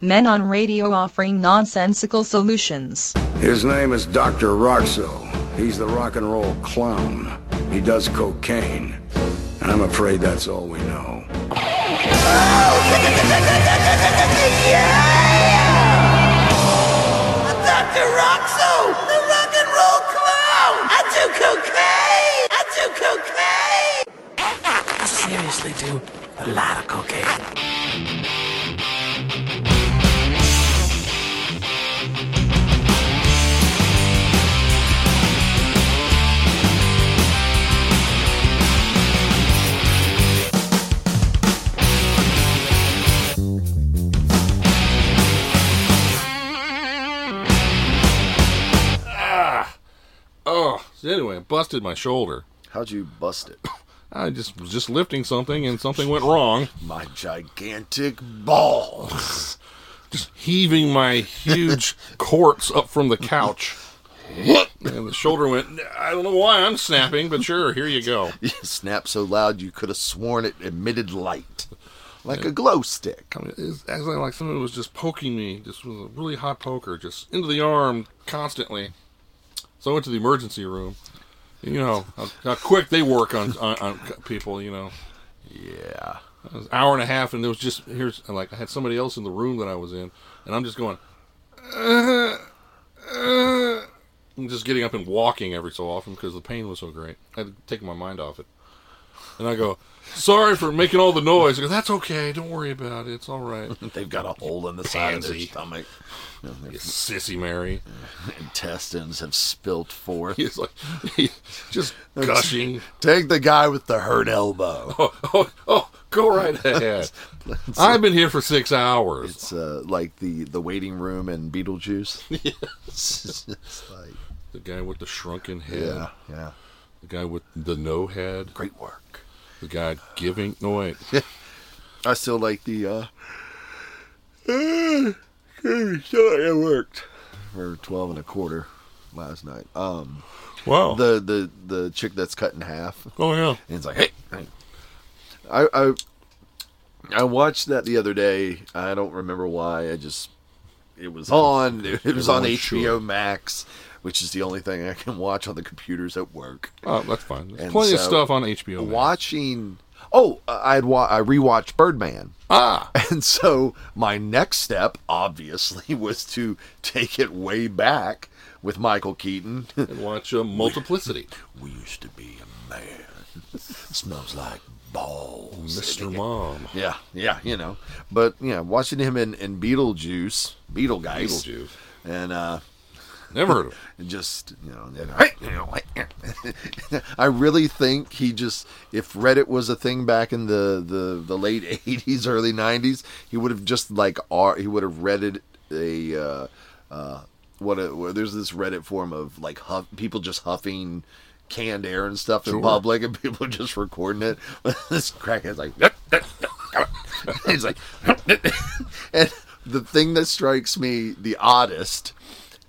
Men on radio offering nonsensical solutions. His name is Dr. Roxo. He's the rock and roll clown. He does cocaine. And I'm afraid that's all we know. Dr. Roxo, the rock and roll clown. I do cocaine. I do cocaine. seriously do a lot of cocaine. Oh, so anyway, I busted my shoulder. How'd you bust it? I just was just lifting something and something went wrong. My gigantic balls. Just heaving my huge corpse up from the couch. and the shoulder went, I don't know why I'm snapping, but sure, here you go. You snapped so loud you could have sworn it emitted light. Like a glow stick. I mean, it's actually like someone was just poking me, just with a really hot poker, just into the arm constantly. So I went to the emergency room. You know how, how quick they work on, on, on people. You know, Yeah. it was an hour and a half, and there was just here's and like I had somebody else in the room that I was in, and I'm just going, uh, uh, I'm just getting up and walking every so often because the pain was so great. I had to take my mind off it, and I go, sorry for making all the noise. I go, That's okay, don't worry about it. It's all right. They've got a hole in the side of their Pansy. stomach. And their Sissy Mary. intestines have spilt forth. He's like, he, just gushing. Take the guy with the hurt elbow. Oh, oh, oh, go right ahead. I've been here for six hours. It's uh, like the, the waiting room in Beetlejuice. It's just like, The guy with the shrunken head. yeah, yeah. The guy with the no head. Great work. The guy giving. No, wait. I still like the uh it worked for 12 and a quarter last night. Um Wow. the the the chick that's cut in half oh, yeah. and it's like, "Hey, hey." I I I watched that the other day. I don't remember why. I just it was on. It was on Everyone's HBO sure. Max, which is the only thing I can watch on the computers at work. Oh, that's fine. There's And plenty of so- stuff on HBO. Max. Watching Oh, I- I'd wa- I rewatched Birdman. Ah, And so my next step, obviously, was to take it way back with Michael Keaton. and watch uh, Multiplicity. we used to be a man. Smells like balls. Mr. Mom. Yeah, yeah, you know. But yeah, watching him in, in Beetlejuice, Beetlegeist, Beetlejuice. and uh, Never heard of him. just you know, and, "Hey," you know, like, I really think he just if Reddit was a thing back in the the, the late '80s, early '90s, he would have just like R, he would have Reddit a uh, uh, what a, where there's this Reddit form of like huff, people just huffing canned air and stuff in public, and people just recording it. this crackhead's like. He's like, and the thing that strikes me the oddest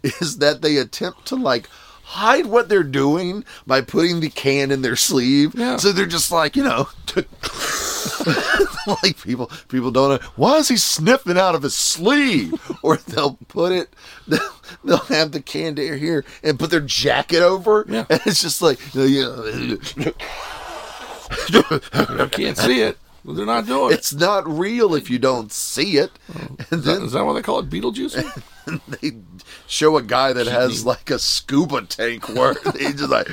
is that they attempt to like hide what they're doing by putting the can in their sleeve. Yeah. So they're just like, you know, like people people don't know why is he sniffing out of his sleeve? or they'll put it they'll, they'll have the can air here and put their jacket over Yeah. and it's just like you know, I can't see it. But they're not doing it. it's not real if you don't see it. And Is that, then is that why they call it Beetlejuice? they show a guy that has like a scuba tank where he's just like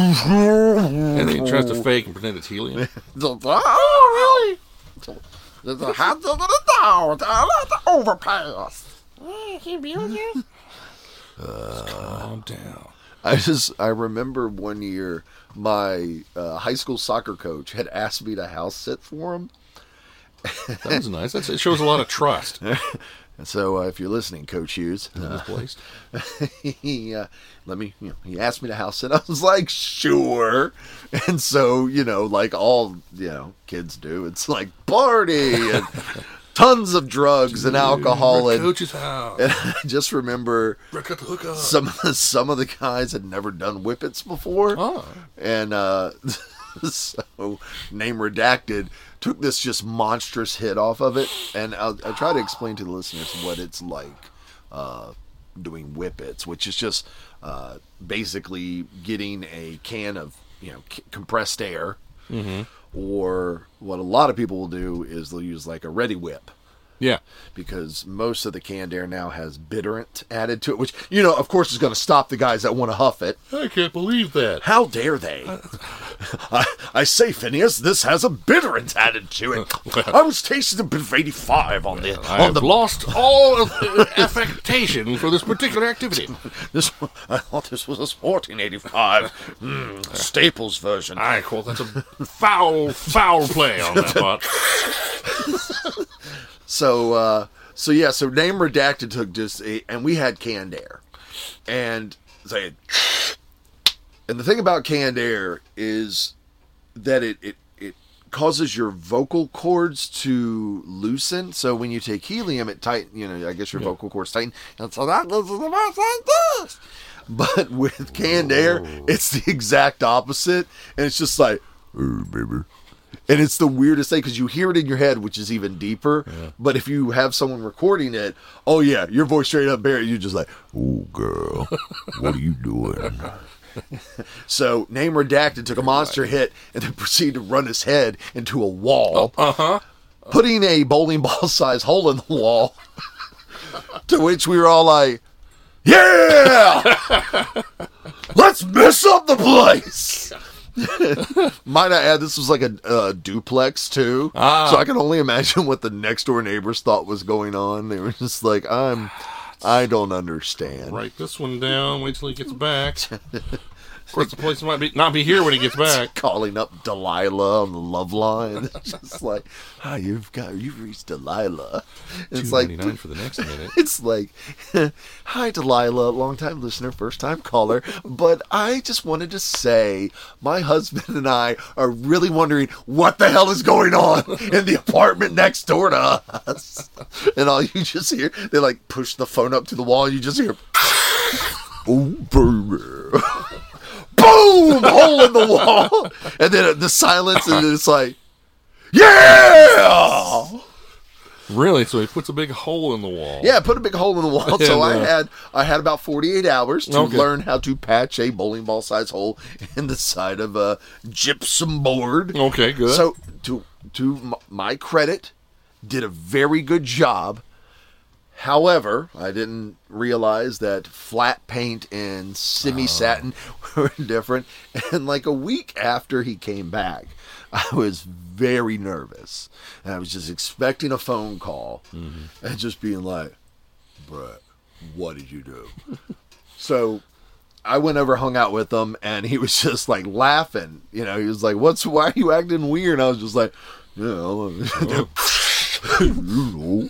and then he tries to fake and pretend it's helium. oh really there's a house under the tower down at the overpass Calm down. i just i remember one year my uh, high school soccer coach had asked me to house sit for him That was nice. That's, it shows a lot of trust. and so uh, if you're listening coach hughes uh, Misplaced. he uh, let me you know, he asked me to house sit. I was like, sure. And so, you know, like all you know, kids do, it's like party and tons of drugs and alcohol Rick and, Coach's house. and I just remember Rick got the hook up. Ah. some of the some of the guys had never done whippets before. Oh. And uh so name redacted took this just monstrous hit off of it, and I'll, I'll try to explain to the listeners what it's like uh, doing whippets, which is just uh, basically getting a can of you know c- compressed air, or what a lot of people will do is they'll use like a ready whip Yeah. because most of the canned air now has bitterant added to it, which you know, of course, is going to stop the guys that want to huff it. I can't believe that. How dare they? I, I say, Phineas, this has a bitterant added to it. I was tasting a bit of eighty-five on the I on have the lost all of, uh, affectation for this particular activity. This I thought this was a sporting eighty-five mm, Staples version. I call that a foul, foul play on that part. So uh, so yeah, so name redacted took just a, and we had canned air, and they, and the thing about canned air is that it it it causes your vocal cords to loosen. So when you take helium, it tighten. You know, I guess your vocal cords tighten, and so that goes about like this. But with canned air, it's the exact opposite, and it's just like, "Oh, baby. And it's the weirdest thing because you hear it in your head, which is even deeper. But if you have someone recording it, oh yeah, your voice straight up Barry, you're just like, "Oh girl, what are you doing?" so name redacted took a monster hit and then proceeded to run his head into a wall, uh huh, putting a bowling ball size hole in the wall. to which we were all like, "Yeah, let's mess up the place." Might I add, this was like a, a duplex too, so I can only imagine what the next door neighbors thought was going on. They were just like, "I'm, I don't understand." Write this one down. Wait till he gets back. Of course, the police might be, not be here when he gets back. Calling up Delilah on the love line, It's just like, "Hi, you've got you've reached Delilah." And It's like, $2.99 for the next minute. it's like, "Hi, Delilah, long time listener, first time caller, but I just wanted to say my husband and I are really wondering what the hell is going on in the apartment next door to us." And all you just hear, they like push the phone up to the wall, and you just hear, "Oh, baby." Boom! Hole in the wall, and then the silence, and then it's like, yeah! Really? So he puts a big hole in the wall. Yeah, put a big hole in the wall. Yeah, So I no. had I had about forty eight hours to Okay. learn how to patch a bowling ball size hole in the side of a gypsum board. Okay, good. So to to m- my credit, did a very good job. However, I didn't realize that flat paint and Oh. semi satin were different. And like a week after he came back, I was very nervous. And I was just expecting a phone call Mm-hmm. and just being like, Brett, what did you do? so I went over, hung out with him, and he was just like laughing. You know, he was like, "What's? Why are you acting weird?" And I was just like, "You know," you know."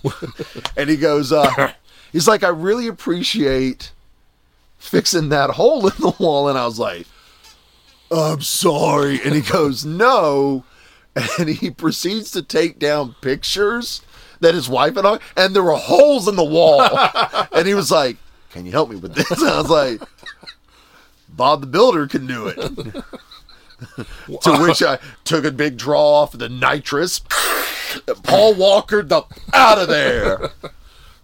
and he goes, uh, "He's like, I really appreciate fixing that hole in the wall." And I was like, "I'm sorry." And he goes, "No," and he proceeds to take down pictures that his wife and I, and there were holes in the wall, and he was like. Can you help me with this? And I was like, Bob the Builder can do it. to which I took a big draw off the nitrous. Paul Walker the out of there.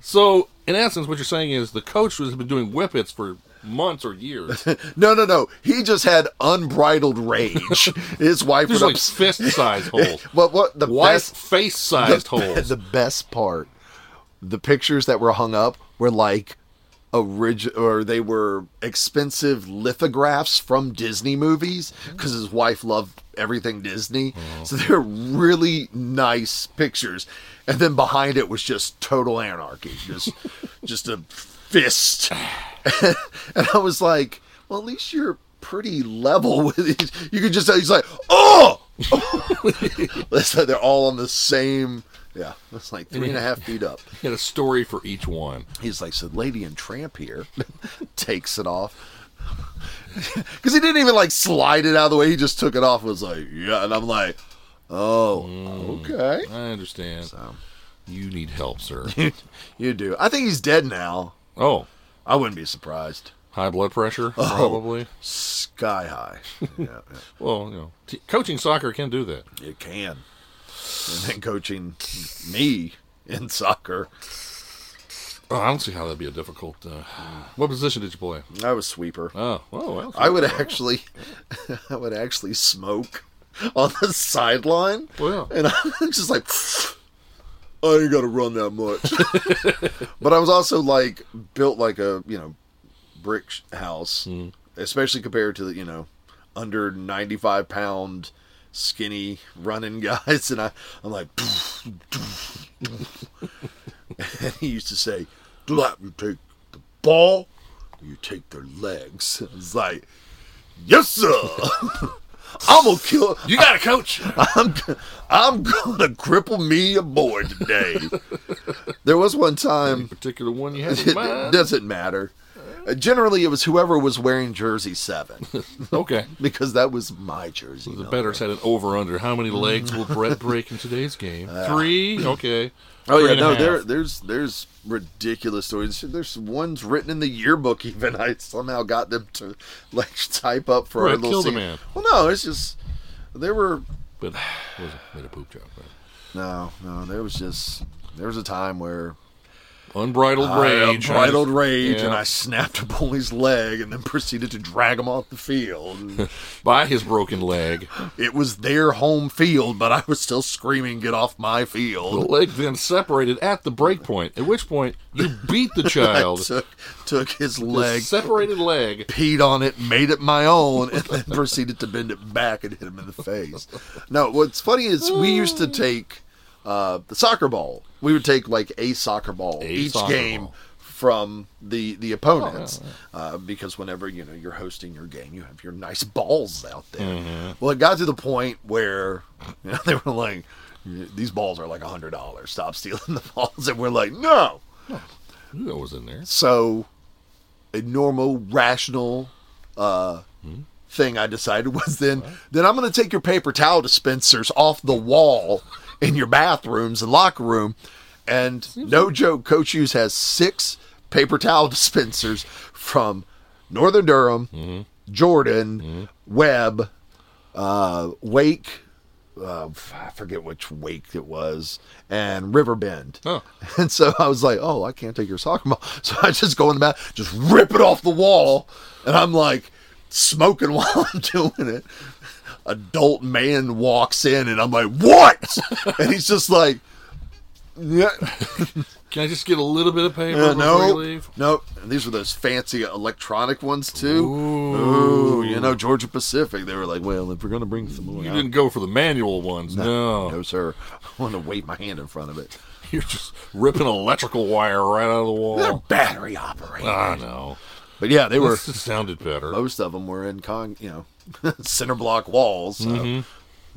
So, in essence, what you're saying is the coach has been doing whippets for months or years. It No, no, no. He just had unbridled rage. His wife was was like upset. fist sized holes. But what the White best face sized the, holes. The best part, the pictures that were hung up were like original, or they were expensive lithographs from Disney movies because his wife loved everything Disney. So they're really nice pictures. And then behind it was just total anarchy, just just a fist. and I was like, well, at least you're pretty level with it. You could just tell he's like, oh. It's like they're all on the same. Yeah, it's like three and a half feet up. He had a story for each one. He's like, so Lady and Tramp here takes it off. Because he didn't even like slide it out of the way. He just took it off and was like, yeah. And I'm like, oh, okay. I understand. You need help, sir. You do. I think he's dead now. oh, I wouldn't be surprised. High blood pressure, Oh. probably. Sky high. Yeah, yeah. Well, you know, t- coaching soccer can do that. It can. And then coaching me in soccer. Oh, I don't see how that'd be a difficult. Uh, what position did you play? I was sweeper. Oh, oh, well, I would actually I would actually smoke on the sideline. Well, yeah. And I'm just like I ain't gotta run that much. but I was also like built like a, you know, brick sh- house. Hmm. Especially compared to the, you know, under ninety five pound skinny running guys and I, I'm like and he used to say, Glad you take the ball, you take their legs. I was like, Yes, sir. I'm gonna kill. you got a coach. I'm, I'm gonna cripple me a boy today. there was one time. Particular one you had in It mind. doesn't matter. Uh, Generally, it was whoever was wearing jersey seven Okay. because that was my jersey. The number. betters had an over under. How many legs will Brett break in today's game? Three. Okay. Oh Three yeah, and a no, half. there, there's there's ridiculous stories. There's ones written in the yearbook. Even I somehow got them to like type up for our Right, little kill the scene. man. Well, no, it's just there were But it was made a poop joke. Right? no, no. There was just there was a time where Unbridled rage. I bridled rage, and Yeah. I snapped a bully's leg, and then proceeded to drag him off the field. by his broken leg. it was their home field, but I was still screaming, "Get off my The field!" leg then separated at the break point. At which point you beat the child. Took took his The leg. separated leg. peed on it, made it my own, and then proceeded to bend it back and hit him in the face. No, what's funny is we used to take uh, the soccer ball. We would take like a soccer ball A each soccer game ball. from the the opponents Uh, because whenever you know you're hosting your game, you have your nice balls out there. Mm-hmm. Well, it got to the point where you know, they were like, "These balls are like a hundred dollars. Stop stealing the balls," and we're like, "No." Who knows was in there? So, a normal, rational uh, thing I decided was then then I'm going to take your paper towel dispensers off the wall in your bathrooms and locker room. And no joke, Coach Hughes has six paper towel dispensers from Northern Durham, Jordan, Webb, uh, Wake. Uh, I forget which Wake it was, and Riverbend. Oh. And so I was like, oh, I can't take your soccer ball. So I just go in the bath, just rip it off the wall. And I'm like smoking while I'm doing it. Adult man walks in and I'm like, what? and he's just like, yeah, Can I just get a little bit of paper uh, before you no, leave? no. And these were those fancy electronic ones too. Ooh. you know Georgia Pacific. They were like, well, if we're gonna bring some more, You out- didn't go for the manual ones. No. no, sir. I want to wave my hand in front of it. You're just ripping electrical wire right out of the They're wall. Ah, battery operated. I know. but yeah, they were. Oh. Uh, This just sounded better. most of them were in con you know center block walls so.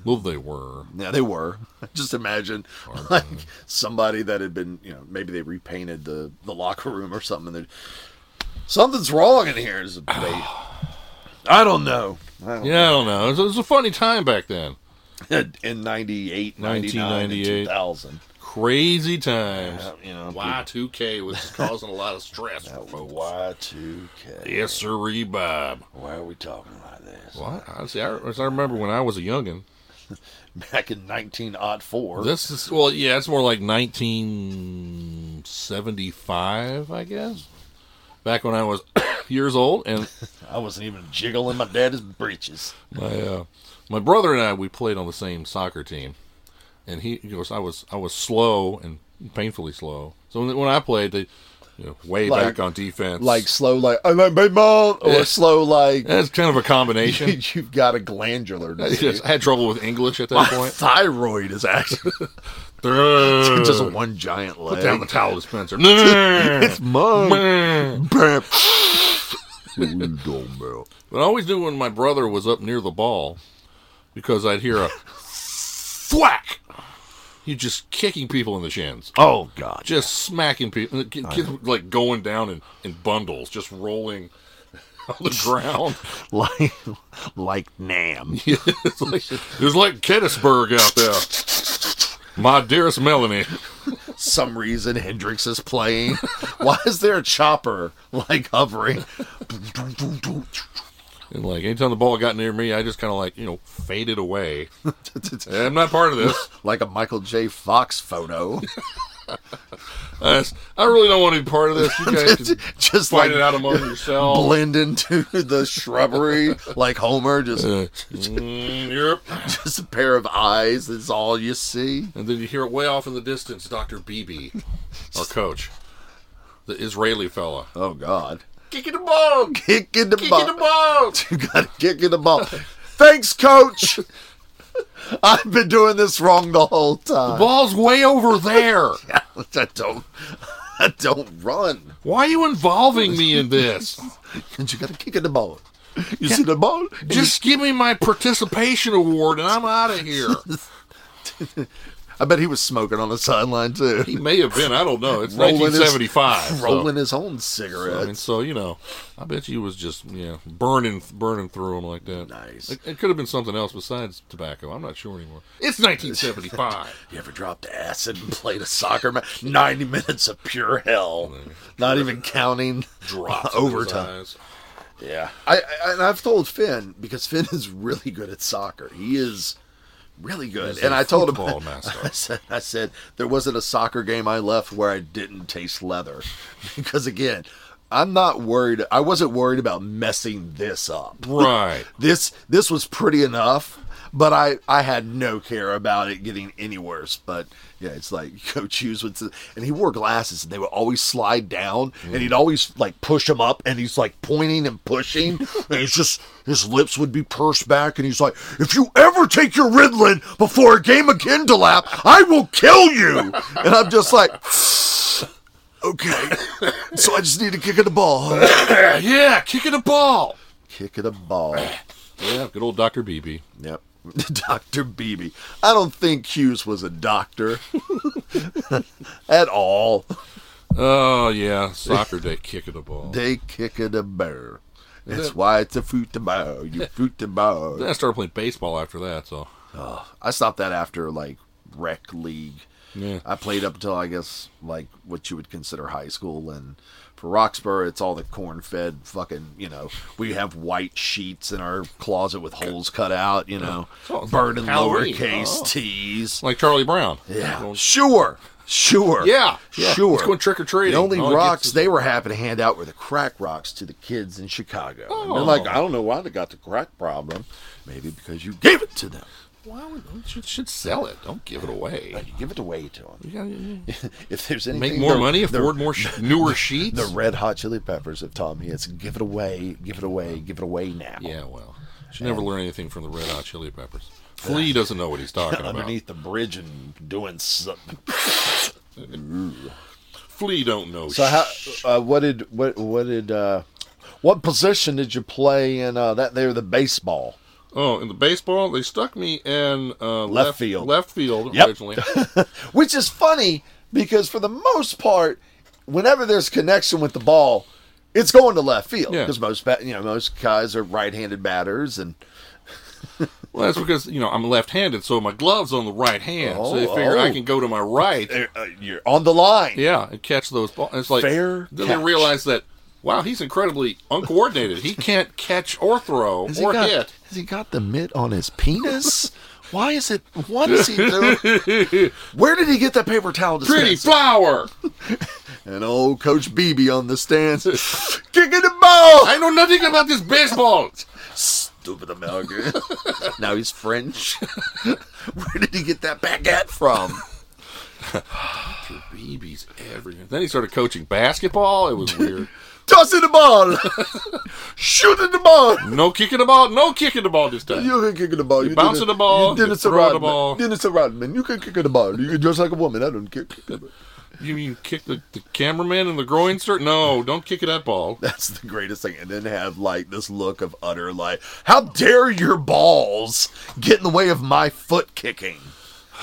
Well, they were. yeah they were just imagine like somebody that had been you know maybe they repainted the the locker room or something and they're- something's wrong in here is a debate i don't know I don't Yeah, I don't know. It was, it was a funny time back then. know. in 98 99 and 1998. 2000 Crazy times. Uh, you know Y2K was causing a lot of stress for people- folks. y2k Yes, sir, Bob. why are we talking like this Well, I, I see, I, I remember when I was a youngin. back in 1904 This is well, yeah, it's more like 1975, I guess. Back when I was years old, and i wasn't even jiggling my daddy's breeches my uh, my brother and I we played on the same soccer team, and he of course I was I was slow and painfully slow. So when, when I played, they you know, way Like- back on defense, like slow like I like baseball or Yeah. slow like that's kind of a combination. you've got a glandular disease. Yes, I had trouble with English at My that point. thyroid is actually just one giant leg. Put down the towel dispenser. but It's mine. Bam. We don't know. I always knew when my brother was up near the ball because I'd hear a Thwack. He's just kicking people in the shins, Oh god. just smacking people, and the kid- kids like going down in, in bundles, just rolling on the ground. Like like Nam. it's like, it was like Gettysburg out there. My dearest Melanie, Some reason Hendrix is playing. Why is there a chopper like hovering? And like anytime the ball got near me, I just kind of like you know faded away. And I'm not part of this. like a Michael J. Fox photo. I, just- I really don't want to be part of this. You guys can just find like it out among yourselves. blend into the shrubbery like Homer, just Uh, mm, Europe. just a pair of eyes. That's all you see. And then you hear it way off in the distance, Dr. Beebe, our coach, the Israeli fella. Oh God. Kicking the ball! Kick in the Kicking the ball. ball! You gotta kick in the ball. Thanks, coach. I've been doing this wrong the whole time. Ball's way over there! I don't I don't run. Why are you involving me in this? And you gotta kick in the ball. You see the ball? Just give me my participation award and I'm out of here. I bet he was smoking on the sideline too. He may have been, I don't know. It's Rolling his- 1975. so- rolling his I own cigarette. mean, so you know, I bet you was just yeah burning burning through them like that. Nice. It, it could have been something else besides tobacco. I'm not sure anymore. It's 1975. you ever dropped acid and played a soccer match? Ninety minutes of pure hell, not even counting Drops in his overtime. eyes. Yeah, I, I and I've told Finn because Finn is really good at soccer. He is really good, He's and a I told him. football master. I said, I said there wasn't a soccer game I left where I didn't taste leather, because again, I'm not worried. I wasn't worried about messing this up. Right. This this was pretty enough, but I I had no care about it getting any worse. But yeah, it's like Coach Hughes would, s- and he wore glasses, and they would always slide down, and he'd always like push them up, and he's like pointing and pushing, and it's just his lips would be pursed back, and he's like, "If you ever take your Ritalin before a game of Kindlap, I will kill you," and I'm just like. Okay, so I just need to kick at the ball. Yeah, kicking a ball. Kick at a ball. Yeah, good old Doctor BB. Yep. Dr. Beebe. I don't think Hughes was a doctor at all. Oh yeah, soccer day kicking a ball. They kick it a bear. That's why it's a fruit to bow. You fruit to Then bow. I started playing baseball after that. So I stopped that after like rec league. Yeah. I played up until I guess like what you would consider high school and for Roxborough it's all the corn fed fucking you know, we have white sheets in our closet with holes cut out, you know. So it's Bird and Halloween. lowercase Oh. T's. like Charlie Brown. Yeah. Going- Sure. Sure. Yeah, yeah. Sure. He's going trick or treating. The only All he rocks gets they were happy to hand out were the crack rocks to the kids in Chicago. And they're Oh. like, I don't know why they got the crack problem. Maybe because you gave it to them. Why would you should, should sell it? Don't give it away. You give it away to them. You gotta- If there's anything, Make more the- money, the- afford more sh- newer sheets. The Red Hot Chili Peppers have taught me it's give it away, give it away, give it away now. Yeah, well, should never learn anything from the Red Hot Chili Peppers. Flea doesn't know what he's talking about. Underneath the bridge and doing something. Flea don't know. So sh- how? Uh, what did what what did uh, what position did you play in uh, that there the baseball? oh, in the baseball, they stuck me in uh, Left field. Left field Yep. originally. which is funny because for the most part, whenever there's connection with the ball, it's going to left field Yeah. because most bat, you know most guys are right-handed batters and well, that's because you know I'm left-handed, so my gloves on the right hand. so they Oh, figure I oh. can go to my right. uh, you're on the line. Yeah, and catch those balls. It's like Fair Then catch. they realize that wow, he's incredibly uncoordinated. he can't catch or throw Has, or he got, hit. has he got the mitt on his penis? Why is it? What is he doing? Where did he get that paper towel Pretty dispenser? flower. And old Coach Beebe on the stands, kicking the ball. I know nothing about this baseball. Stupid American. now he's French. Where did he get that baguette from? BB's everywhere. Then he started coaching basketball. It was weird. Tossing the ball, shooting the ball. No kicking the ball. No kicking the ball this time. You can kick the ball. You, bouncing the Dennis- ball, You Dennis you throwing the Rodman. ball. Dennis Rodman. You can kick the ball. You can dress like a woman. I don't kick. You mean kick the, the cameraman in the groin, sir? No, don't kick it that ball. That's the greatest thing. And then have like this look of utter like, how dare your balls get in the way of my foot kicking?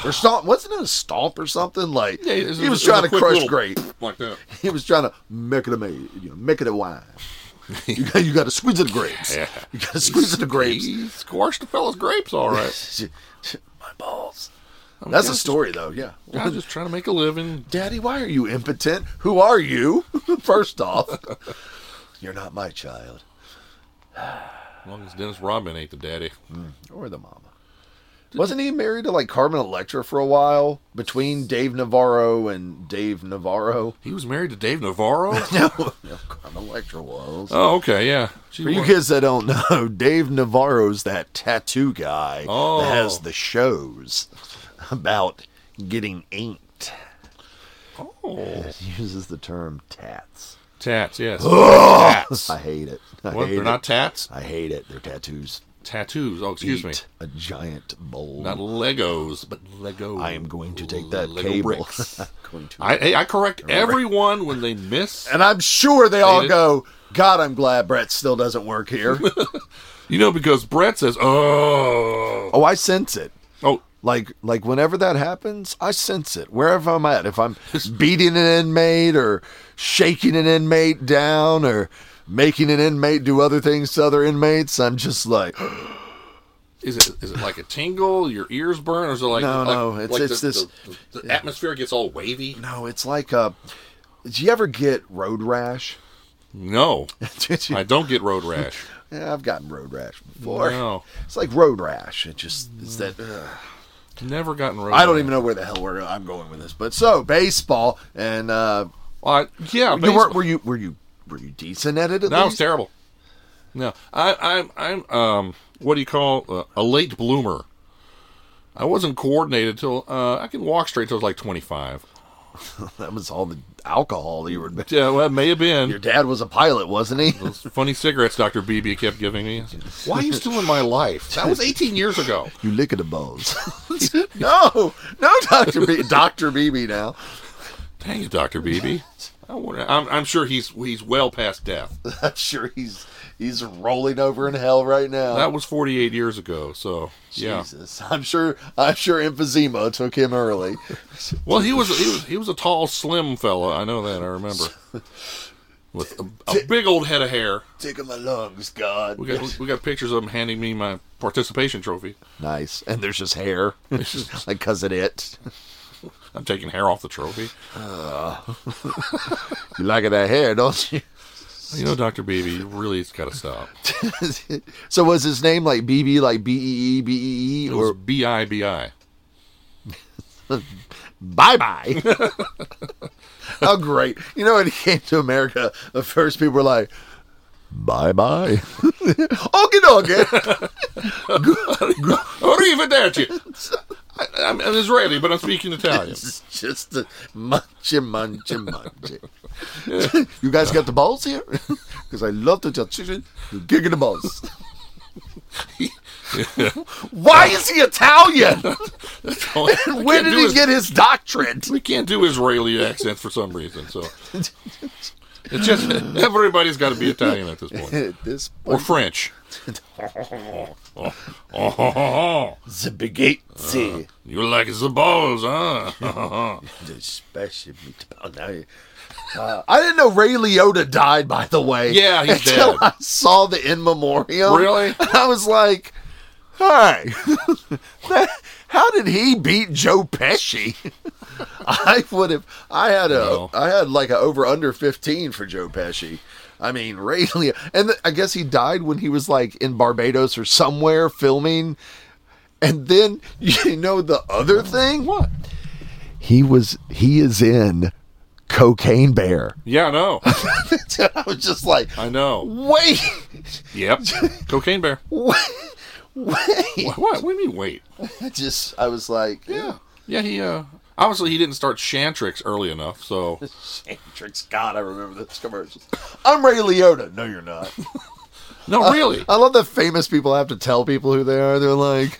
Or stomp? Wasn't it a stomp or something? Like Yeah, it he was it trying a to quick crush little great. like that. He was trying to make it a ma- you know, make it a wine. You got, you got to squeeze it the grapes. Yeah. You got to squeeze it the grapes. He squashed the fella's grapes, all right. My balls. That's a God, story, though. Yeah. I was just trying to make a living. Daddy, why are you impotent? Who are you? First off, you're not my child. As long as Dennis Rodman ain't the daddy. or the mama. Wasn't he married to like Carmen Electra for a while between Dave Navarro and Dave Navarro? He was married to Dave Navarro? No, no Carmen Electra was. oh, okay, yeah. She For you was- kids that don't know, Dave Navarro's that tattoo guy Oh. that has the shows about getting inked. Oh. He uses the term tats. Tats, yes. tats. I hate it. I What? hate They're it. not tats? I hate it. They're tattoos. Tattoos. Oh, excuse me. Eat A giant bowl. Not Legos, but Lego. I am going to take that Lego cable. bricks. I'm going to- I, hey, I correct everyone when they miss. and I'm sure they all it. go. God, I'm glad Brett still doesn't work here. You know, because Brett says, oh. oh, I sense it. Oh, Like like whenever that happens, I sense it wherever I'm at. If I'm beating an inmate or shaking an inmate down or making an inmate do other things to other inmates, I'm just like, is it is it like a tingle? Your ears burn, or is it like No, like- no, it's- like it's the, this- the- the, atmosphere gets all wavy. no, it's like uh Did you ever get road rash? No, Did you? I don't get road rash. yeah, I've gotten road rash before. No. Mm. It's like road rash. It just is that. ugh. Never gotten road. I don't rash. even know where the hell where I'm going with this. But so baseball and uh, I- yeah, you Uh, baseball. were, were you were you were you decent at it? At No, it's least? terrible. No, I, I'm I'm um what do you call uh, a late bloomer? I wasn't coordinated till uh, I can walk straight till I was like 25. that was all the alcohol you were. Yeah, well, that may have Your been dad was a pilot, wasn't he? those funny cigarettes Dr. BB kept giving me. Why are you still in my life? That was 18 years ago. you lick the balls. no, no, Doctor B, Doctor BB now. Dang it, Dr. BB. I wonder, I'm, I'm sure he's he's well past death. I'm sure he's he's rolling over in hell right now. That was 48 years ago, so yeah. Jesus, I'm sure I'm sure emphysema took him early. Well, he was he was he was a tall, slim fella. I know that. I remember with a, a big old head of hair. Tickle my lungs, God. We got we got pictures of him handing me my participation trophy. Nice, and there's just hair, like cause it it. I'm taking hair off the trophy. You like it that hair, don't you? You know, Doctor Beebe, you really has got to stop. so was his name like BB, like B E E B E E, It or was B I B I. Bye Bye? How great! You know, when he came to America, the first people were like, Bye Bye, Okie dokie. Arrivederci. I, I'm an Israeli, but I'm speaking Italian. It's just a munchy, munchy, munchy. you guys got the balls here? Because I love to touch chicken. You're kicking the balls. Why is he Italian? And Where did he get his doctorate? We can't do Israeli accents for some reason. So it's just everybody's got to be Italian at this point, At this or French. the spaghetti. You like the balls, huh? The special meat. Oh, now you- Uh, I didn't know Ray Liotta died, by the way. Yeah, he's until dead. I saw the in memoriam. Really? I was like, "Hey, that- how did he beat Joe Pesci?" I would have. I had a. I No. had like a over under fifteen for Joe Pesci. I mean, Ray Liotta, and the, I guess he died when he was like in Barbados or somewhere filming. And then you know the other thing. what? He was. He is in Cocaine Bear. Yeah, I know. I was just like, I know. wait, Yep. Cocaine bear. wait, wait. What? What do you mean? Wait. I just, I was like, yeah. Yeah, he uh obviously he didn't start Shantrix early enough, so Matrix, God, I remember those commercials. I'm Ray Liotta. No, you're not. No, really. I love that famous people have to tell people who they are. They're like,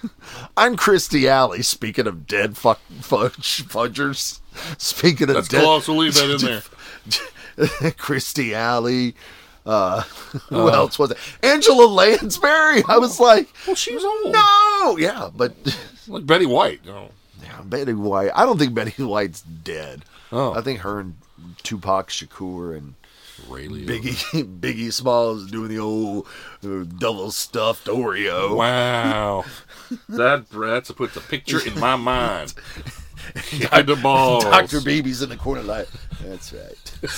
I'm Christy Alley. Speaking of dead fuck fudge, fudgers. Speaking of That's dead, close. We'll leave that in there. Christy Alley. Uh, who else was it? Angela Lansbury. I was like, Well, she was old. no, yeah, but Like Betty White. Oh, No. yeah, Betty White. I don't think Betty White's dead. Oh. I think her and Tupac Shakur and Really. Biggie Biggie Smalls doing the old uh, double stuffed Oreo. Wow. that Bratz puts a picture in my mind. I the balls. Doctor Baby's in the corner like, that's right. you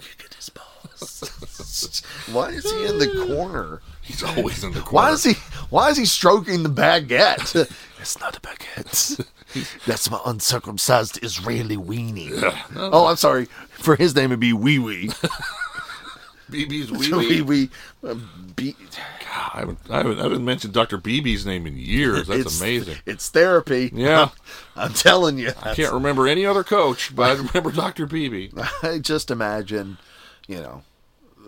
can get his balls. Why is he in the corner? He's always in the corner. Why is he? Why is he stroking the baguette? it's not a baguette. That's my uncircumcised Israeli weenie. Oh, I'm sorry. For his name, it'd be Wee Wee. BB's Wee wee wee. Wee. Uh, be- I haven't, I haven't, I haven't mentioned Dr. BB's name in years. That's it's- amazing. It's therapy. Yeah. I'm telling you. I can't remember any other coach, but I remember Dr. BB. I just imagine, you know,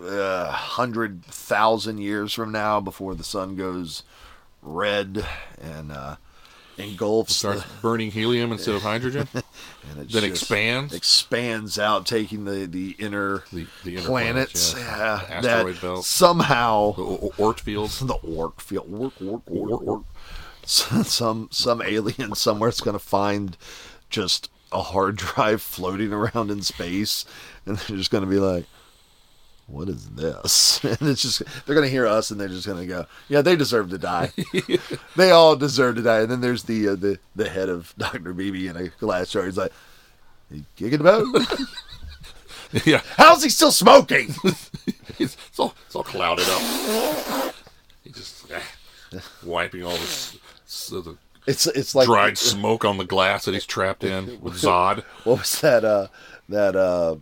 a hundred thousand years from now, before the sun goes red and uh, engulfs Starts the, burning helium instead of hydrogen. and it's Then just- expands? expands out, taking the the inner The- the inner planets, planets, yeah, yeah. The that asteroid belt. The somehow o- o- Oort fields. the orc field, orc, orc, orc, Orc, orc, orc. some some alien somewhere is going to find just a hard drive floating around in space, and they're just going to be like. What is this? And it's just they're gonna hear us, and they're just gonna go, "Yeah, they deserve to die. they all deserve to die." And then there's the uh, the the head of Doctor Beebe in a glass jar. He's like, "You kicking about? yeah. How's he still smoking?" It's, it's all it's all clouded up. He just eh, wiping all this s- the It's it's like uh, dried smoke on the glass that he's trapped in with Zod. what was that uh that uh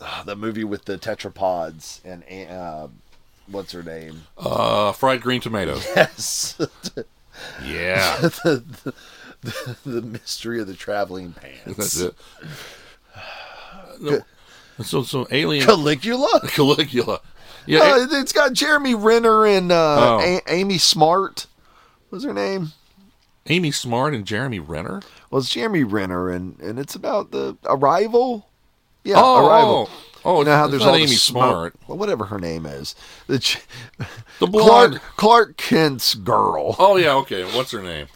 ah, the movie with the tetrapods and uh what's her name Uh, fried green tomatoes. yes Yeah, the mystery of the traveling pants that's it. No. So so alien caligula Caligula. Yeah, Uh, it's got jeremy renner and uh Oh. a- amy smart was her name A- Amy Smart and Jeremy Renner. well it's jeremy renner and and it's about the arrival yeah Oh, arrival oh. Oh, now how it's there's not all the Amy smoke- Smart. well, whatever her name is the ch- The blonde. clark clark kent's girl Oh yeah, okay. What's her name?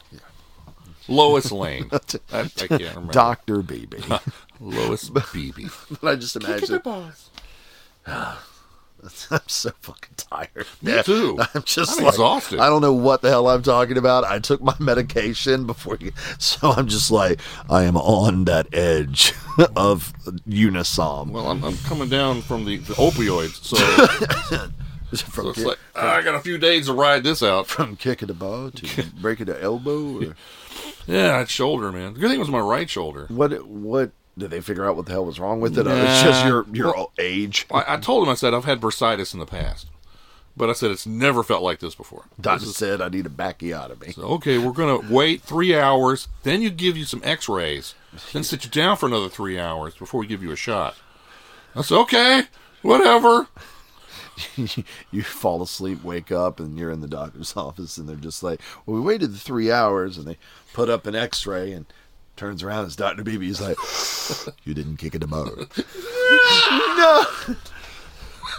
Lois Lane. I, I can't remember. Dr. Beebe. Lois Beebe. but I just imagine. boss. I'm so fucking tired. Me too. I'm just I'm like, exhausted. I don't know what the hell I'm talking about. I took my medication before you. So I'm just like, I am on that edge of unisom. Well, I'm, I'm coming down from the, the opioids, so, so from, it's kick- like "Ah, I got a few days to ride this out. from kicking the ball to breaking the elbow. Or Yeah, that shoulder, man. The good thing was my right shoulder. what? What? Did they figure out what the hell was wrong with it? Uh, it's just Nah. your your age. I, I told him, I said I've had bursitis in the past, but I said it's never felt like this before. Doctor said I need a bacchiotomy. So, okay, we're gonna wait three hours, then you give you some X-rays, then sit you down for another three hours before we give you a shot. I said, okay, whatever. you fall asleep, wake up, and you're in the doctor's office, and they're just like, "Well, we waited the three hours," and they put up an X-ray, and turns around, it's Doctor Beebe. He's like, "You didn't kick it about." no.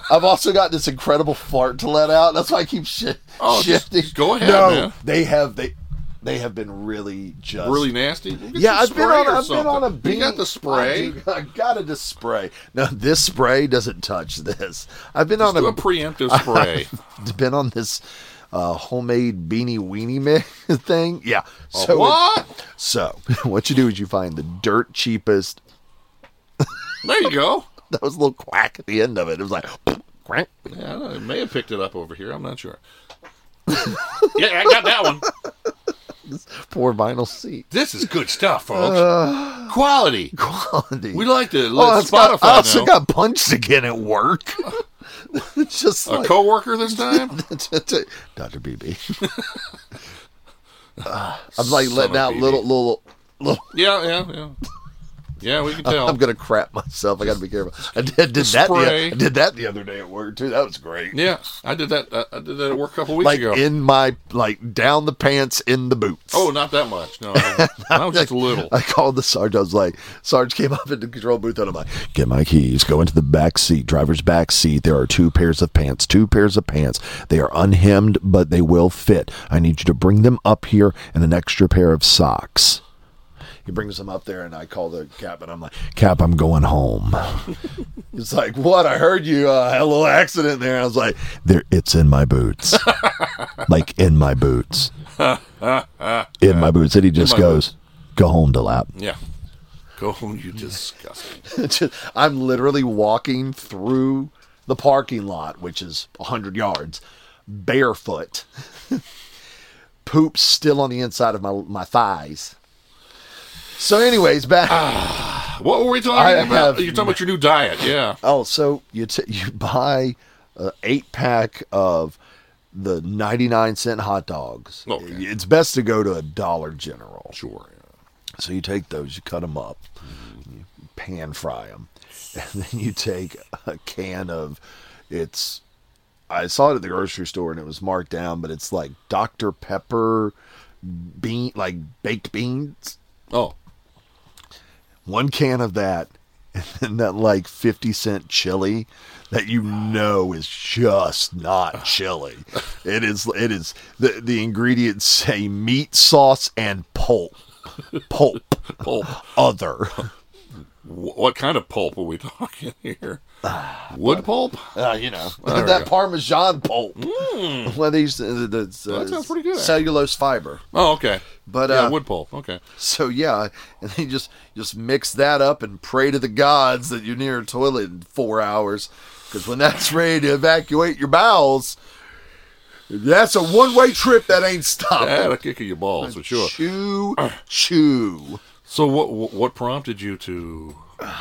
I've also got this incredible fart to let out. That's why I keep shit, Oh, just- shifting. just go ahead, No, man. they have they they have been really just Really nasty. We'll get yeah, you I've been spray on. or I've been on a something. beat. You got the spray. I, do- I got a dis- spray. No, this spray doesn't touch this. I've been on Do a, a preemptive spray. I've been on this uh, homemade beanie weenie mix thing. Yeah. So it- what? so what you do is you find the dirt cheapest. There you go. That was a little quack at the end of it. It was like quack. Yeah, I don't know. It may have picked it up over here. I'm not sure. yeah, I got that one. Poor vinyl seat This is good stuff, folks. Quality. quality. We like to Uh, Oh, let it's got- Spotify I also know. got punched again at work. It's Just a like, coworker this time. Doctor BB. Uh, I'm like Son letting of out BB. little little little. yeah, yeah, yeah. Yeah, we can tell. I'm gonna crap myself. I gotta be careful. I did, did that. spray. The, I did that the other day at work too. That was great. Yeah, I did that. uh, I- I did that at work a couple weeks like ago. in my like down the pants in the boots. oh, not that much. No, I I was just a little. I called the Sarge. I was like, Sarge came up in the control booth, and I'm like, "Get my keys. Go into the back seat, driver's back seat. There are two pairs of pants. Two pairs of pants. They are unhemmed, but they will fit. I need you to bring them up here, and an extra pair of socks." He brings them up there, and I call the cap, and I'm like, "Cap, I'm going home." He's like, "What? I heard you uh, had a little accident there." I was like, "There, it's in my boots, like in my boots, in my boots." And he just my goes, "Go home, Delap." Yeah. Go home, you disgusting. Just- I'm literally walking through the parking lot, which is 100 yards, barefoot. Poop still on the inside of my, my thighs. So, anyways, back. What were we talking I about? have- You're talking about your new diet, yeah. Oh, so you t- you buy an eight pack of the ninety nine cent hot dogs. Okay. It's best to go to a Dollar General. Sure. So you take those, you cut them up, you pan fry them, and then you take a can of it's. I saw it at the grocery store and it was marked down, but it's like Dr Pepper bean, like baked beans. Oh, One can of that, and then that like fifty cent chili that you know is just not chili. It is. It is. The the ingredients say meat sauce and pulp. Pulp. pulp. Other. Wh- what kind of pulp are we talking here? Wood pulp? Uh, you know, there we that go. Parmesan pulp. Hmm. Well, these uh, the, the, Well, that sounds pretty good, Cellulose fiber. Oh, okay. But, yeah, uh, wood pulp. Okay. So yeah, and then you just just mix that up and pray to the gods that you're near a toilet in four hours, because when that's ready to evacuate your bowels, that's a one-way trip that ain't stopping. That'll kick in your balls for sure. Chew, chew. So what what- what prompted you to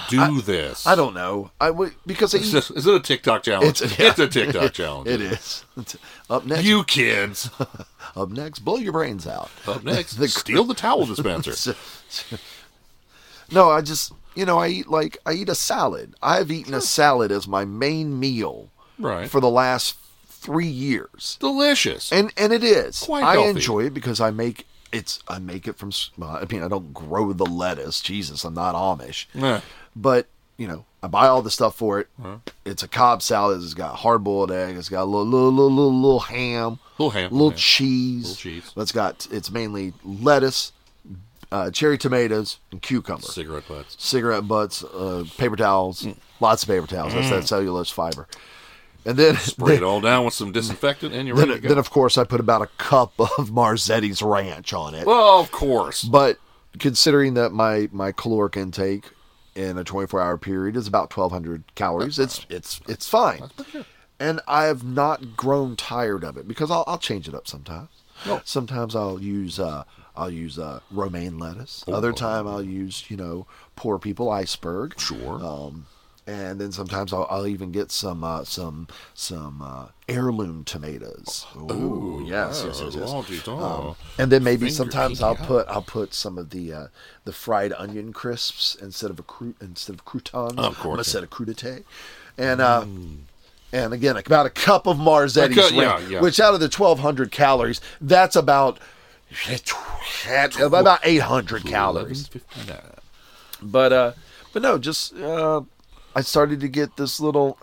do this? I don't know. I would because I Is, eat- this, is it a TikTok challenge? It's, a TikTok challenge. It is. Up next, You kids. up next, blow your brains out. Up next, The- steal the towel dispenser. no, I just you know I eat like I eat a salad. I've eaten a salad as my main meal Right. for the last three years, Delicious. and and it is. Quite I healthy. enjoy it because I make it's I make it from. s- well, I mean, I don't grow the lettuce. Jesus, I'm not Amish, Yeah. but you know I buy all the stuff for it. It's a cob salad. It's got hard boiled egg. It's got a little little little little, little ham. Little ham, Little yeah. cheese. Little cheese. It's got it's mainly lettuce, uh, cherry tomatoes, and cucumber Cigarette butts. cigarette butts, uh, paper towels, Mm. lots of paper towels. That's that cellulose fiber. And then, Spray it then, all down with some disinfectant, and you're ready then, to go. then, of course, I put about a cup of Marzetti's Ranch on it. well, of course. But considering that my, my caloric intake in a 24 hour period is about 1,200 calories, it's Uh-huh. it's it's fine. And I have not grown tired of it because I'll, I'll change it up sometimes. Sometimes I'll use uh, I'll use uh, romaine lettuce. Oh, Other time I'll use you know poor people iceberg. Sure. Um, and then sometimes I'll, I'll even get some uh, some some uh, heirloom tomatoes. Ooh, Oh, yes, yes, yes, yes. Lordy, dog. And then oh. maybe Finger sometimes picking I'll put I'll put some of the uh, the fried onion crisps instead of a cru- instead of croutons. Of course. Mm. instead of crudité, and uh, and again about a cup of Marzetti's, A cu- yeah, Ranch, yeah. which out of the twelve hundred calories, that's about about eight hundred calories. 11.59. But uh, but no, just uh, I started to get this little,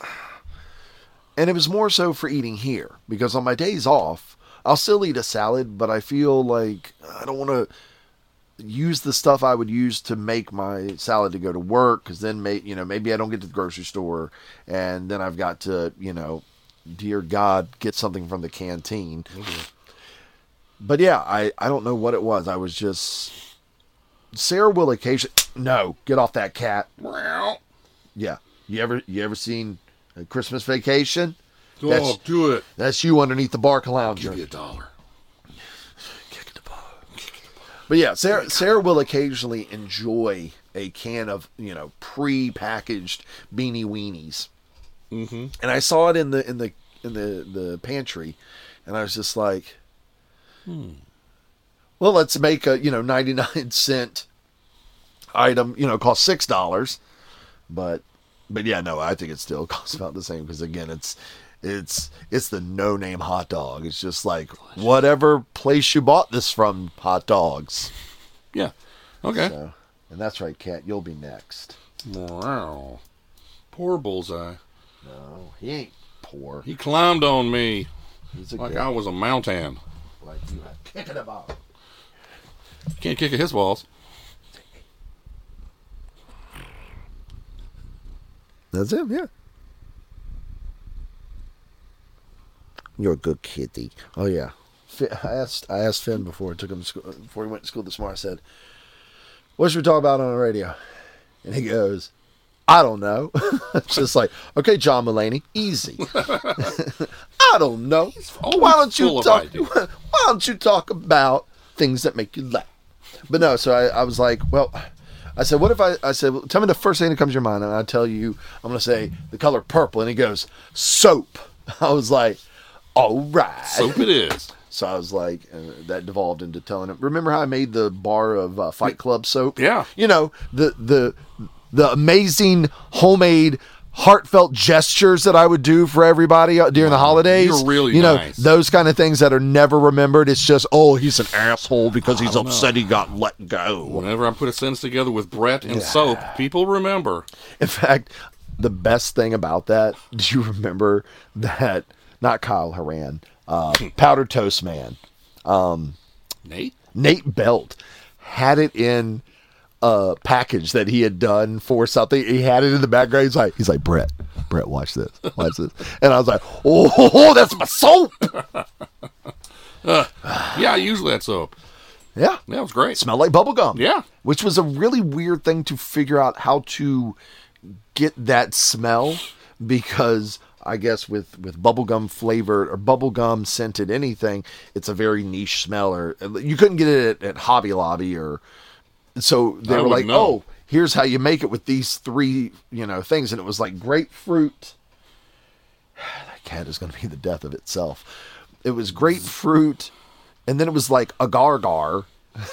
and it was more so for eating here because on my days off, I'll still eat a salad, but I feel like I don't want to use the stuff I would use to make my salad to go to work because then may you know maybe I don't get to the grocery store and then I've got to you know, dear God, get something from the canteen. But yeah, I, I don't know what it was. I was just Sarah will occasionally no get off that cat. Well, Yeah, you ever you ever seen a Christmas Vacation? That's- oh, do it. That's you underneath the bark lounger. Give me a dollar. But yeah, Sarah Sarah will occasionally enjoy a can of you know pre-packaged beanie weenies, mm-hmm. and I saw it in the in the in the the pantry, and I was just like, hmm. well, let's make a you know ninety nine cent item you know cost six dollars, but but yeah, no, I think it still costs about the same because again, it's it's it's the no name hot dog. It's just like whatever place you bought this from, hot dogs. Yeah. Okay. So, and that's right, Cat. You'll be next. Wow. Poor bullseye. No, he ain't poor. He climbed on me He's a like good I was a mountain. like you have kicking about. Can't kick at his balls. That's him. Yeah. You're a good kitty. Oh yeah. Fi- I asked I asked Finn before I took him to school, before he went to school this morning. I said, "What should we talk about on the radio?" And he goes, I don't know. It's just like, okay, John Mulaney, easy. I don't know. Why don't full you of talk? ideas. Why don't you talk about things that make you laugh? But no, so I, I was like, well, I said, what if I? I said, well, tell me the first thing that comes to your mind, and I tell you, I'm gonna say the color purple, and he goes soap. I was like, all right. Soap it is. So I was like, uh, that devolved into telling him. Remember how I made the bar of uh, Fight Club soap? Yeah. You know the the the amazing homemade heartfelt gestures that I would do for everybody uh, during the holidays. you're really you know nice. those kind of things that are never remembered. It's just oh he's an asshole because he's upset he got let go. Whenever I put a sentence together with Brett and soap, people remember. In fact, the best thing about that, do you remember that? Not Kyle Haran, uh, Powder Toast Man. Nate? Nate Belt had it in a package that he had done for something. He had it in the background. He's like, he's like, Brett, Brett, watch this, watch this. And I was like, oh, that's my soap. Yeah, I use that soap. Yeah. That was great. Smelled like bubblegum. Yeah. Which was a really weird thing to figure out how to get that smell because I guess with, with bubblegum flavored or bubblegum scented anything, it's a very niche smell or you couldn't get it at, at Hobby Lobby or so they I were would like, know. Oh, here's how you make it with these three, you know, things and it was like grapefruit that cat is going to be the death of itself. It was grapefruit, and then it was like agar-gar.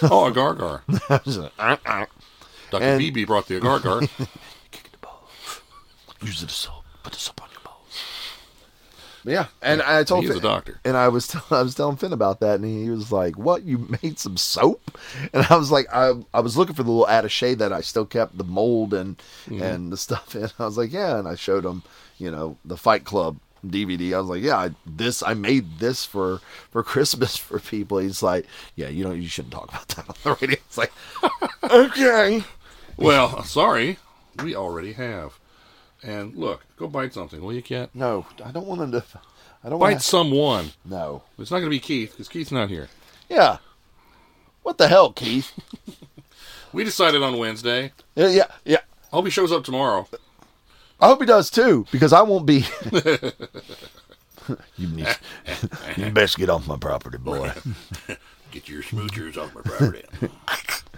Oh, a gargar. I was like, "Uh, uh, Dr. And- BB brought the agargar. Use it as soap. Put the soap on your balls. But yeah, and I told He's Finn, a doctor. and I was tell- I was telling Finn about that, and he was like, "What? You made some soap?" And I was like, "I I was looking for the little attaché that I still kept the mold and and the stuff in." I was like, "Yeah," and I showed him, you know, the Fight Club DVD. I was like, "Yeah, I, this I made this for for Christmas for people." He's like, "Yeah, you don't you shouldn't talk about that on the radio." It's like, okay, well, sorry. We already have. And look, go bite something, will you, cat? no, I don't want him to. I don't Bite want to. someone. No. It's not going to be Keith because Keith's not here. Yeah. What the hell, Keith? We decided on Wednesday. Yeah, yeah, yeah. I hope he shows up tomorrow. I hope he does too, because I won't be. you, need, you best get off my property, boy. Get your smoochers off my property.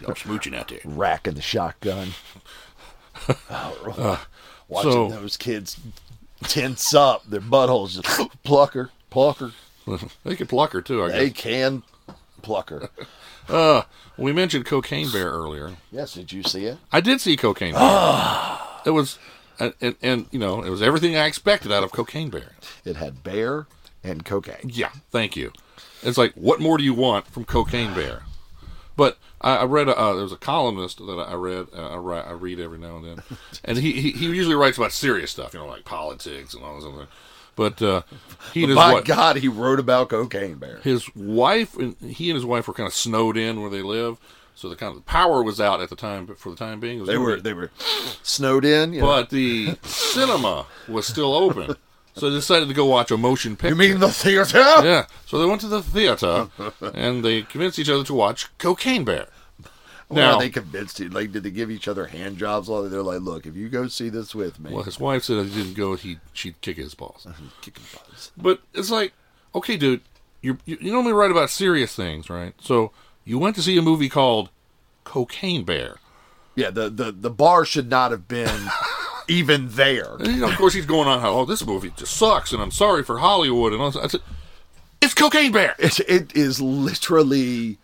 Y'all smooching out there. Racking the shotgun. Oh, watching so- those kids tense up, their buttholes just plucker, plucker. They could pluck her too, I guess. They can plucker. We mentioned Cocaine Bear earlier. Yes, did you see it? I did see Cocaine Bear. it was, and, and, and you know, it was everything I expected out of Cocaine Bear. It had bear and cocaine. Yeah, thank you. It's like, what more do you want from Cocaine Bear? But I, I read a, uh, there was a columnist that I read uh, I, ri I read every now and then, and he, he he usually writes about serious stuff, you know, like politics and all this other. Thing. But uh, he and his My wife, God, he wrote about cocaine bear. his wife and he and his wife were kind of snowed in where they live, so the kind of the power was out at the time. But for the time being, it was They were they were snowed in. You know. but the cinema was still open. So they decided to go watch a motion picture. You mean the theater? Yeah. So they went to the theater and they convinced each other to watch Cocaine Bear. Now Now, they convinced you. Like, did they give each other hand jobs? All they're like, look, if you go see this with me, well, his wife said if he didn't go, he she'd kick his balls. kick him butts. But it's like, okay, dude, you're, you you normally write about serious things, right? So you went to see a movie called Cocaine Bear. Yeah, the, the the bar should not have been even there. And, you know, of course, he's going on how, oh, this movie just sucks, and I'm sorry for Hollywood, and all this. I said, it's Cocaine Bear. It, it is literally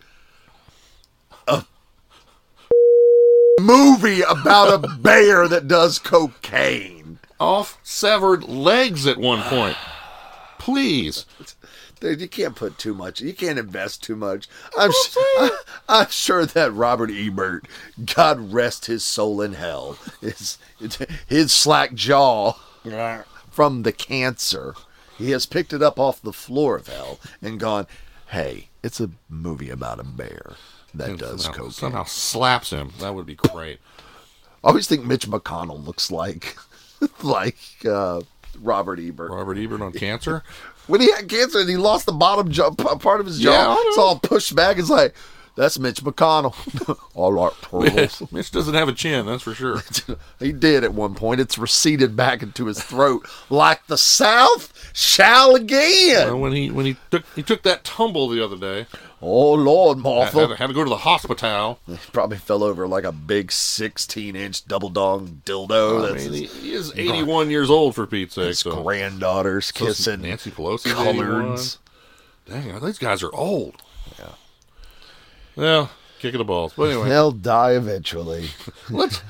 a movie about a bear that does cocaine. off severed legs at one point. Please. Dude, you can't put too much. You can't invest too much. I'm su- I, am sure that Robert Ebert, God rest his soul in hell, is his slack jaw from the cancer. He has picked it up off the floor of hell and gone, "Hey, it's a movie about a bear that does somehow, cocaine." somehow slaps him. That would be great. I always think Mitch McConnell looks like like uh, Robert Ebert. Robert Ebert on cancer. when he had cancer and he lost the bottom jaw, p- part of his jaw, Yeah, I know. it's all pushed back. It's like, That's Mitch McConnell. All right, pearls. Mitch doesn't have a chin, that's for sure. he did at one point. It's receded back into his throat like the South shall again. Well, when he when he took he took that tumble the other day, Oh Lord, had, had to- Martha had to go to the hospital. probably fell over like a big sixteen-inch double dong dildo. I that's mean, his, he, he is 81 years old for Pete's sake. his so- granddaughter's so is kissing Nancy Pelosi's coloreds. 81. Dang, these guys are old. Yeah. Well, kicking the balls. But anyway, They'll die eventually. let's,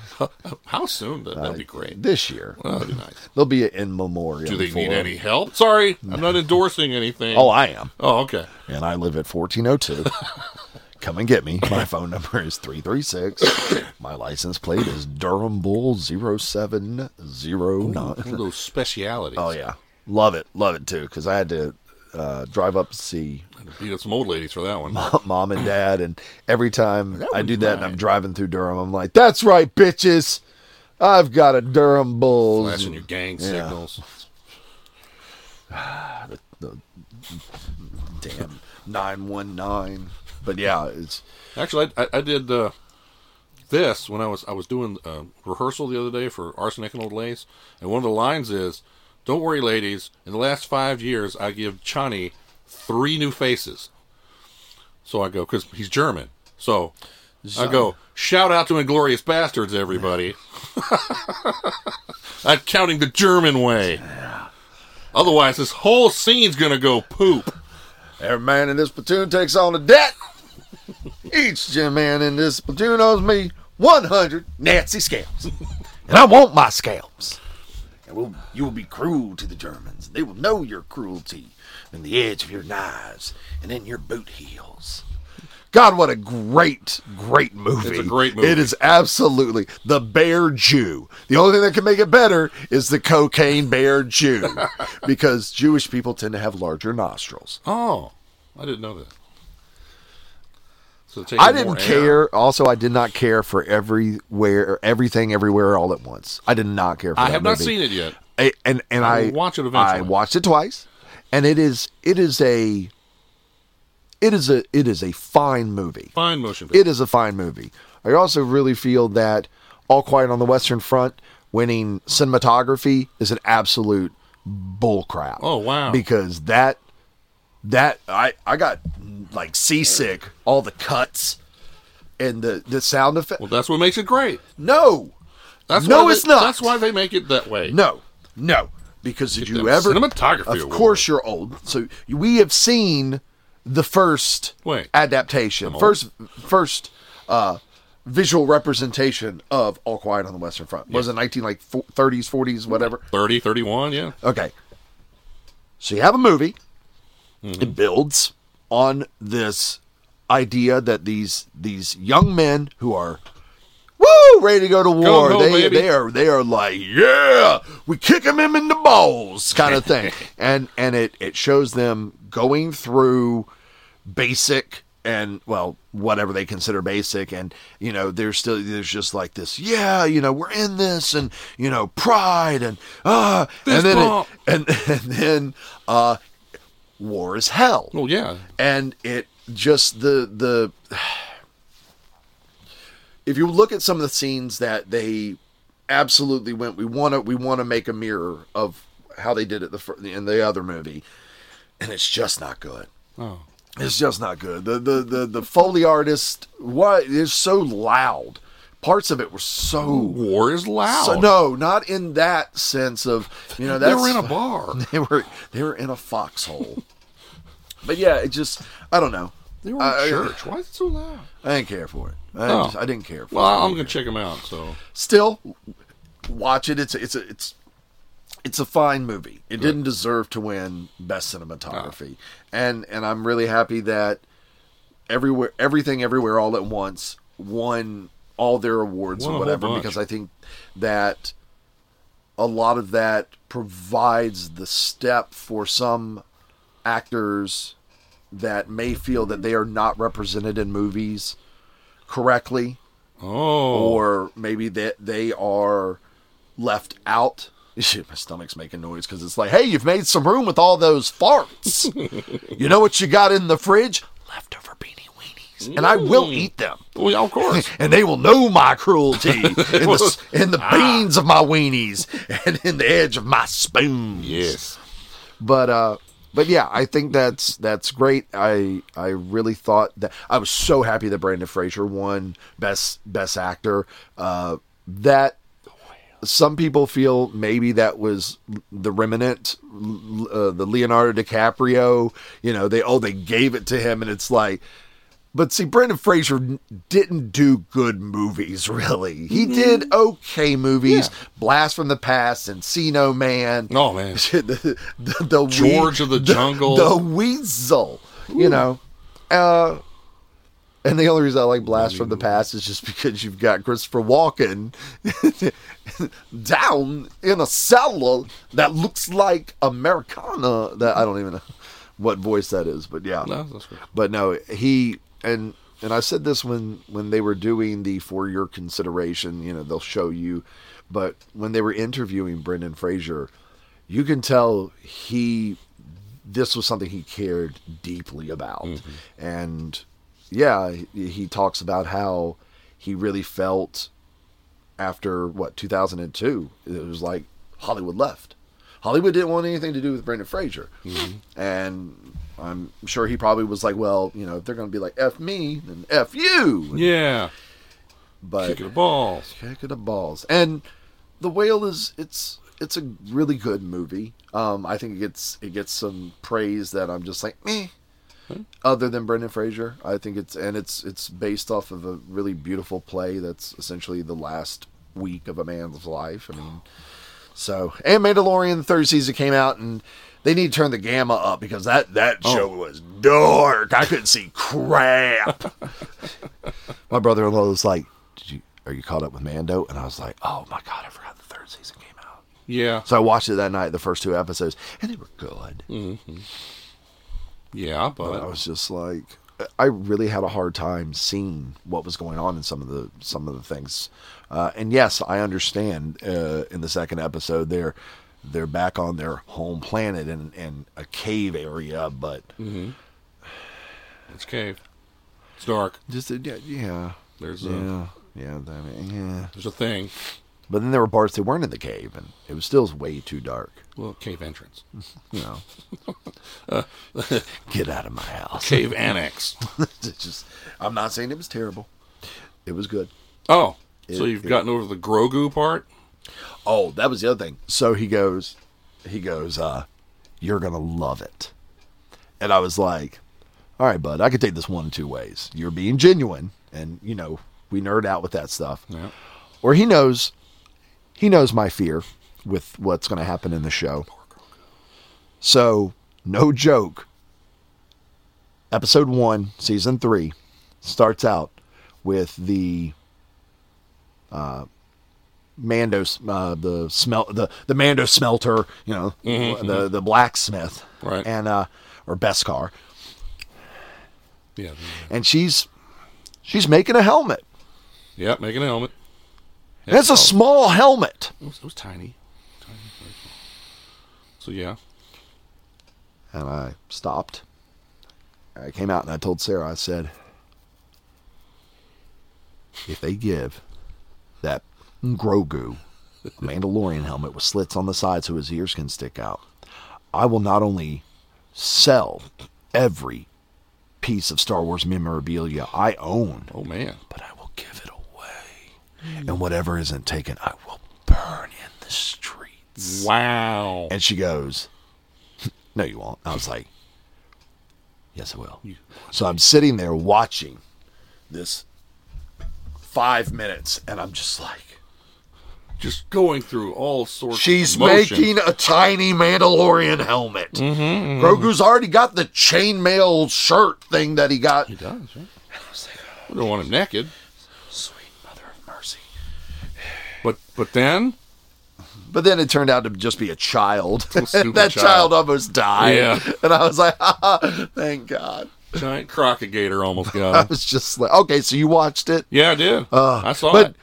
how soon? That, that'd be great. This year, Well, that'd be nice. there'll be an in memoriam. Do they for need him. any help? Sorry, I'm not endorsing anything. Oh, I am. oh, okay. and I live at 1402. Come and get me. My phone number is 336. My license plate is Durham Bull 0709. One of those specialities. Oh, yeah. Love it. Love it too. Because I had to uh, drive up to see Beat up some old ladies for that one. mom and dad. And every time I was do that and mine. I'm driving through Durham, I'm like, that's right, bitches. I've got a Durham Bull. Flashing your gang signals. Damn. 919. But yeah, it's. Actually, I, I, I did uh, this when I was I was doing uh, rehearsal the other day for Arsenic and Old Lace, and one of the lines is, "Don't worry, ladies. In the last five years, I give Chani three new faces." So I go because he's German. So I go shout out to Inglorious Bastards, everybody. I'm counting the German way. Otherwise, this whole scene's gonna go poop. Every man in this platoon takes on a debt. Each gym man in this platoon owes me 100 Nazi scalps. And I want my scalps. And will you will be cruel to the Germans. They will know your cruelty in the edge of your knives and in your boot heels. God, what a great, great movie. It's a great movie. It is absolutely the Bear Jew. The only thing that can make it better is the cocaine Bear Jew because Jewish people tend to have larger nostrils. Oh, I didn't know that. So take I in more didn't air. care. Also, I did not care for everywhere, everything, everywhere, all at once. I did not care for I that have not movie. seen it yet. I, and and I I, will watch it eventually. I watched it twice, and it is it is a it is a it is a fine movie. Fine motion picture. It is a fine movie. I also really feel that All Quiet on the Western Front winning cinematography is an absolute bullcrap. Oh, wow. Because that that I I got like seasick all the cuts and the the sound effect. well, that's what makes it great. No. That's No, why they- it's not. That's why they make it that way. No, no. Because did them you ever cinematography Of award. course, you're old. So we have seen the first Wait. adaptation, first first uh, visual representation of All Quiet on the Western Front. Was it 19 like fo- 30s, 40s, whatever? 30, 31, yeah. Okay. So you have a movie. It builds on this idea that these these young men who are woo ready to go to war, home, they baby. they are they are like yeah, we kick him in the balls kind of thing, and and it it shows them going through basic and well whatever they consider basic and you know there's still there's just like this yeah you know we're in this and you know pride and ah and then it, bump. and, and then uh war is hell Well, yeah. and it just the the if you look at some of the scenes that they absolutely went we want to we want to make a mirror of how they did it the fir- in the other movie and it's just not good Oh. it's just not good. The the the, the Foley artist what is so loud. Parts of it were so, War is loud. so no, not in that sense of you know they that's were in a bar. they were they were in a foxhole. but yeah, it just I don't know. They were in I- I- church. Why is it so loud? I didn't care for it. I, Oh. just, I didn't care for Well, it. I'm going to check them out. So Still watch it. It's a- it's a, it's it's a fine movie. It didn't deserve to win best cinematography. And and I'm really happy that everywhere everything everywhere all at once won all their awards Won a or whole whatever bunch. because I think that a lot of that provides the step for some actors that may feel that they are not represented in movies correctly Oh. or maybe that they are left out. Shit, my stomach's making noise because it's like, hey, you've made some room with all those farts. you know what you got in the fridge? Leftover beanie weenies. candies, and I will Mm. eat them. Well, yeah, of course. And they will know my cruelty in the, s- in the beans of my weenies and in the edge of my spoons. yes. But uh but yeah, I think that's that's great. I I really thought that I was so happy that Brandon Fraser won best best actor. Uh that some people feel maybe that was the remnant l- uh, the Leonardo DiCaprio, you know, they oh they gave it to him and it's like but see, Brendan Fraser n- didn't do good movies, really. He did okay movies, Blast from the Past, Encino Man. Oh, man. the, the, the George wee- of the Jungle. the Weasel. You know, uh, and the only reason I like Blast from the Past is just because you've got Christopher Walken down in a cellar that looks like Americana. That I don't even know what voice that is, but yeah, No, that's good. but no, he and and I said this when when they were doing the for your consideration, you know, they'll show you, but when they were interviewing Brendan Fraser, you can tell he this was something he cared deeply about. And yeah, he, he talks about how he really felt after what 2002 it was like hollywood left hollywood didn't want anything to do with brendan fraser and i'm sure he probably was like well you know if they're going to be like f me then f you Yeah. but Kick of the balls. Kick of the balls. And the whale is it's it's a really good movie. Um, I think it gets it gets some praise that I'm just like meh. Other than Brendan Fraser, I think it's and it's it's based off of a really beautiful play that's essentially the last week of a man's life. I mean, so and Mandalorian the third season came out and they need to turn the gamma up because that that show was dark. I couldn't see crap. My brother-in-law was like, "Did you are you caught up with Mando?" And I was like, "Oh my god, I forgot the third season came out." Yeah. So I watched it that night, the first two episodes, and they were good. Yeah, but. I was just like, I really had a hard time seeing what was going on in some of the some of the things. Uh, and yes, I understand. Uh, in the second episode, they're they're back on their home planet in, in a cave area, but It's cave. It's dark. just uh, yeah, yeah, There's a yeah, yeah, I mean, yeah. there's a thing. But then there were parts that weren't in the cave, and it was still way too dark. Well, cave entrance. You know, get out of my house. Cave annex. It's just, I'm not saying it was terrible. It was good. Oh, so It- you've it- gotten over the Grogu part? Oh, that was the other thing. So he goes, he goes, uh, you're gonna love it. And I was like, all right, bud, I could take this one of two ways. You're being genuine, and you know we nerd out with that stuff. Yeah. Or he knows, he knows my fear with what's gonna happen in the show. So no joke. Episode one, season three, starts out with the uh, Mando, uh, the smell, the the Mando smelter, you know, the the blacksmith, Mm-hmm, Right. and uh, or Beskar, Yeah. uh, and she's she's making a helmet. Yeah, making a helmet. And it's a oh. small helmet, It was, it was tiny. Tiny, very small. So yeah. and I stopped. I came out and I told Sarah, I said, if they give that Grogu a Mandalorian helmet with slits on the side so his ears can stick out, I will not only sell every piece of Star Wars memorabilia I own, Oh man. but I will give it away. And whatever isn't taken, I will burn in the streets. Wow. And she goes, No, you won't. I was like, Yes, I will. So I'm sitting there watching this five minutes, and I'm just like, Just going through all sorts. She's of motion. making a tiny Mandalorian helmet. Grogu's already got the chainmail shirt thing that he got. He does. Right? We don't want him naked. Sweet mother of mercy. But but then But then it turned out to just be a child. stupid that child. child. almost died. Yeah. And I was like, thank God. giant crocodile almost I got him. was just like, okay, so you watched it? Yeah, I did. I saw Uh, but it.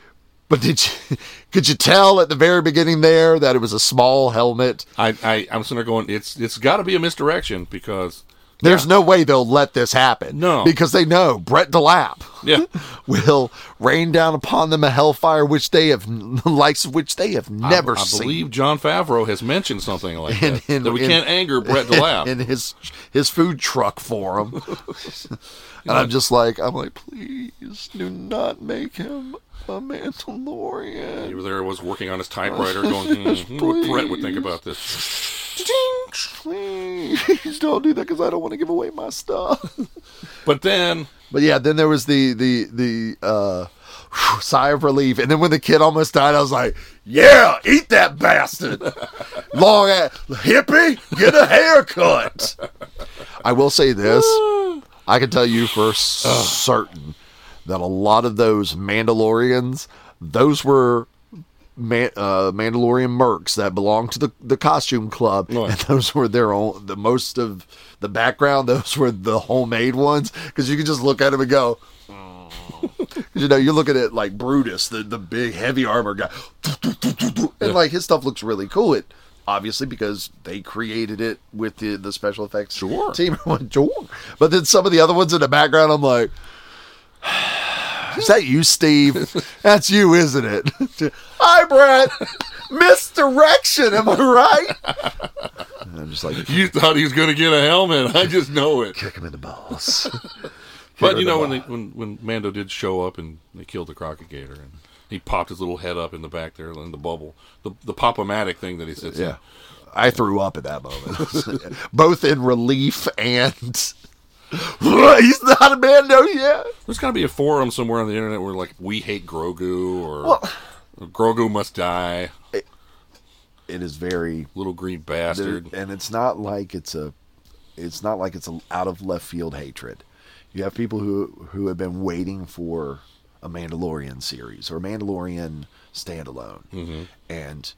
but did you could you tell at the very beginning there that it was a small helmet? I, I I'm sitting there going, it's it's got to be a misdirection because There's no way they'll let this happen. No. Because they know Brett DeLapp Yeah. will rain down upon them a hellfire which they have the likes of which they have never I, I seen. believe John Favreau has mentioned something like In- that. in- that we in- can't anger Brett DeLapp. in his his food truck for him. and I'm just like I'm like, please do not make him a Mandalorian. He was there, was working on his typewriter, going, hmm, I wonder what Brett would think about this. Please don't do that because I don't want to give away my stuff. But then, But yeah, then there was the the the uh, whew, sigh of relief, and then when the kid almost died, I was like, "Yeah, eat that bastard, long ass hippie, get a haircut." I will say this: I can tell you for certain that a lot of those Mandalorians, those were. Man, uh, Mandalorian mercs that belonged to the, the costume club, Right. and those were their own. The most of the background, those were the homemade ones because you could just look at them and go, you know, you're looking at like Brutus, the, the big heavy armor guy, and like his stuff looks really cool. It obviously because they created it with the, the special effects Sure. team. I went, sure. But then some of the other ones in the background, I'm like, is that you, Steve? That's you, isn't it? Hi, Brett. Misdirection, am I right? And I'm just like, you thought he was going to get a helmet. I just know it. kick him in the balls. But you know when they, when when Mando did show up and they killed the crocodigator and he popped his little head up in the back there in the bubble, the the pop-o-matic thing that he sits in. Yeah. I threw up at that moment, both in relief and he's not a man, no, yeah. There's got to be a forum somewhere on the internet where like we hate Grogu or Well- Grogu must die, It is very, little green bastard. and it's not like it's a, it's not like it's a out of left field hatred. You have people who who have been waiting for a Mandalorian series or a Mandalorian standalone, and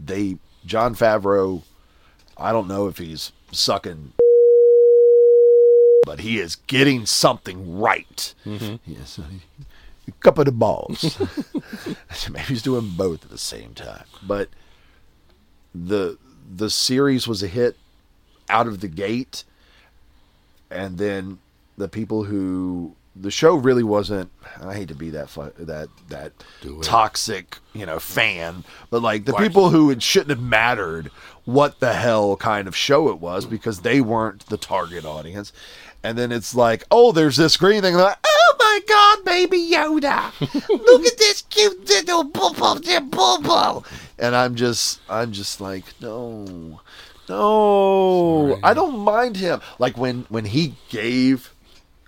they John Favreau. I don't know if he's sucking but he is getting something right. Yes, a cup of the balls. Maybe he's doing both at the same time. But the the series was a hit out of the gate, and then the people who the show really wasn't. I hate to be that fu- that that Do it. toxic, you know, fan, but like the people who it shouldn't have mattered what the hell kind of show it was because they weren't the target audience. And then it's like, oh, there's this green thing. and they're Like, oh my God, baby Yoda! Look at this cute little bubble, the bubble. And I'm just, I'm just like, no, no, I don't mind him. Like when when he gave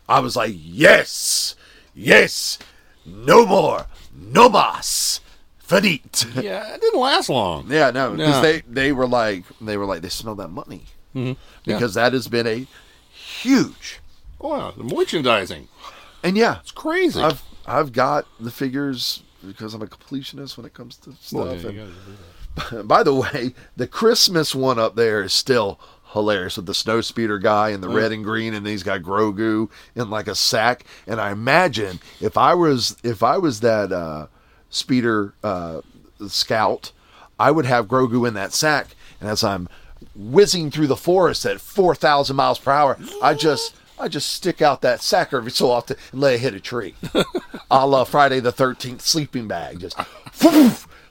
I was like, yes, yes, no more, no mas, finite. yeah, it didn't last long. Yeah, no, because No. they they were like they were like they smell that money Mm-hmm. Yeah. because that has been a huge Wow, the merchandising. and yeah, It's crazy. I've I've got the figures because I'm a completionist when it comes to stuff. Well, yeah, you and- gotta do By the way, the Christmas one up there is still hilarious with the snow speeder guy and the red and green, and he's got Grogu in like a sack. And I imagine if I was if I was that uh, speeder uh, scout, I would have Grogu in that sack, and as I'm whizzing through the forest at four thousand miles per hour, I just I just stick out that sack every so often and let it hit a tree, a la Friday the Thirteenth sleeping bag. Just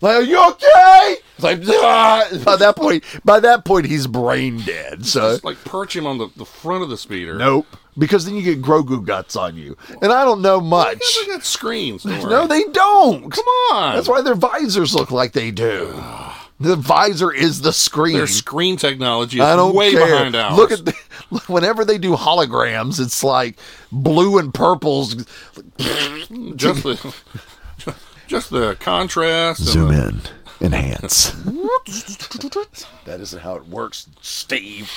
like, are you okay? It's like "Ah!" by that point, by that point, he's brain dead. So Just like perch him on the, the front of the speeder. nope, because then you get Grogu guts on you, and I don't know much. They got screens. Don't worry. No, they don't. Come on. That's why their visors look like they do. The visor is the screen. Their screen technology is I don't way care. behind ours. Look at the, whenever they do holograms, it's like blue and purples. just the just the contrast. and the- in, enhance. that isn't how it works, Steve.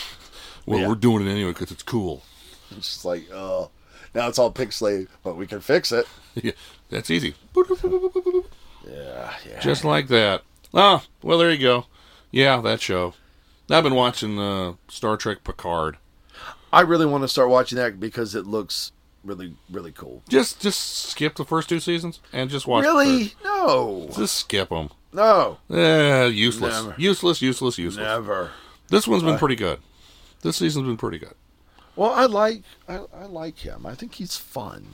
Well, we're doing it anyway because it's cool. It's just like, uh, now it's all pixelated, but we can fix it. Yeah, That's easy. Yeah, yeah. Just like that. Ah, well, there you go. Yeah, that show. I've been watching uh, Star Trek Picard. I really want to start watching that because it looks really, really cool. Just just skip the first two seasons and just watch. the Really? third. No, Just skip them. no, Eh, useless. Never. Useless, useless, useless. never. This one's been pretty good. This season's been pretty good. Well, I like I, I like him. I think he's fun.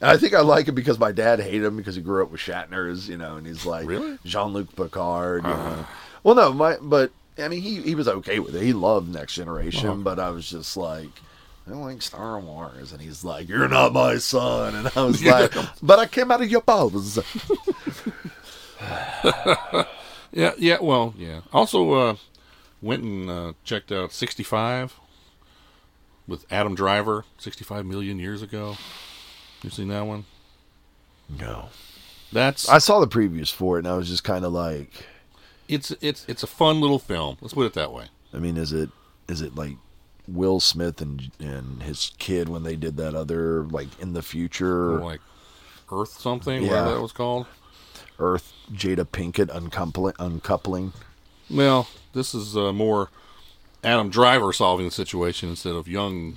And I think I like him because my dad hated him because he grew up with Shatner's, you know, and he's like Really? Jean-Luc Picard. You know. Well, no, my but I mean he he was okay with it. He loved Next Generation, but I was just like. I don't like Star Wars, and he's like, "You're not my son," and I was like, "But I came out of your balls." Yeah, yeah, well, yeah. Also, uh, went and uh, checked out 65 with Adam Driver, 65 million years ago. You seen that one? No, That's I saw the previews for it, and I was just kind of like, it's it's it's a fun little film. Let's put it that way. I mean, is it is it like Will Smith and and his kid when they did that other like in the future Like Earth something, Yeah. whatever that was called. Earth Jada Pinkett uncoupling uncoupling? Well, this is uh, more Adam Driver solving the situation instead of young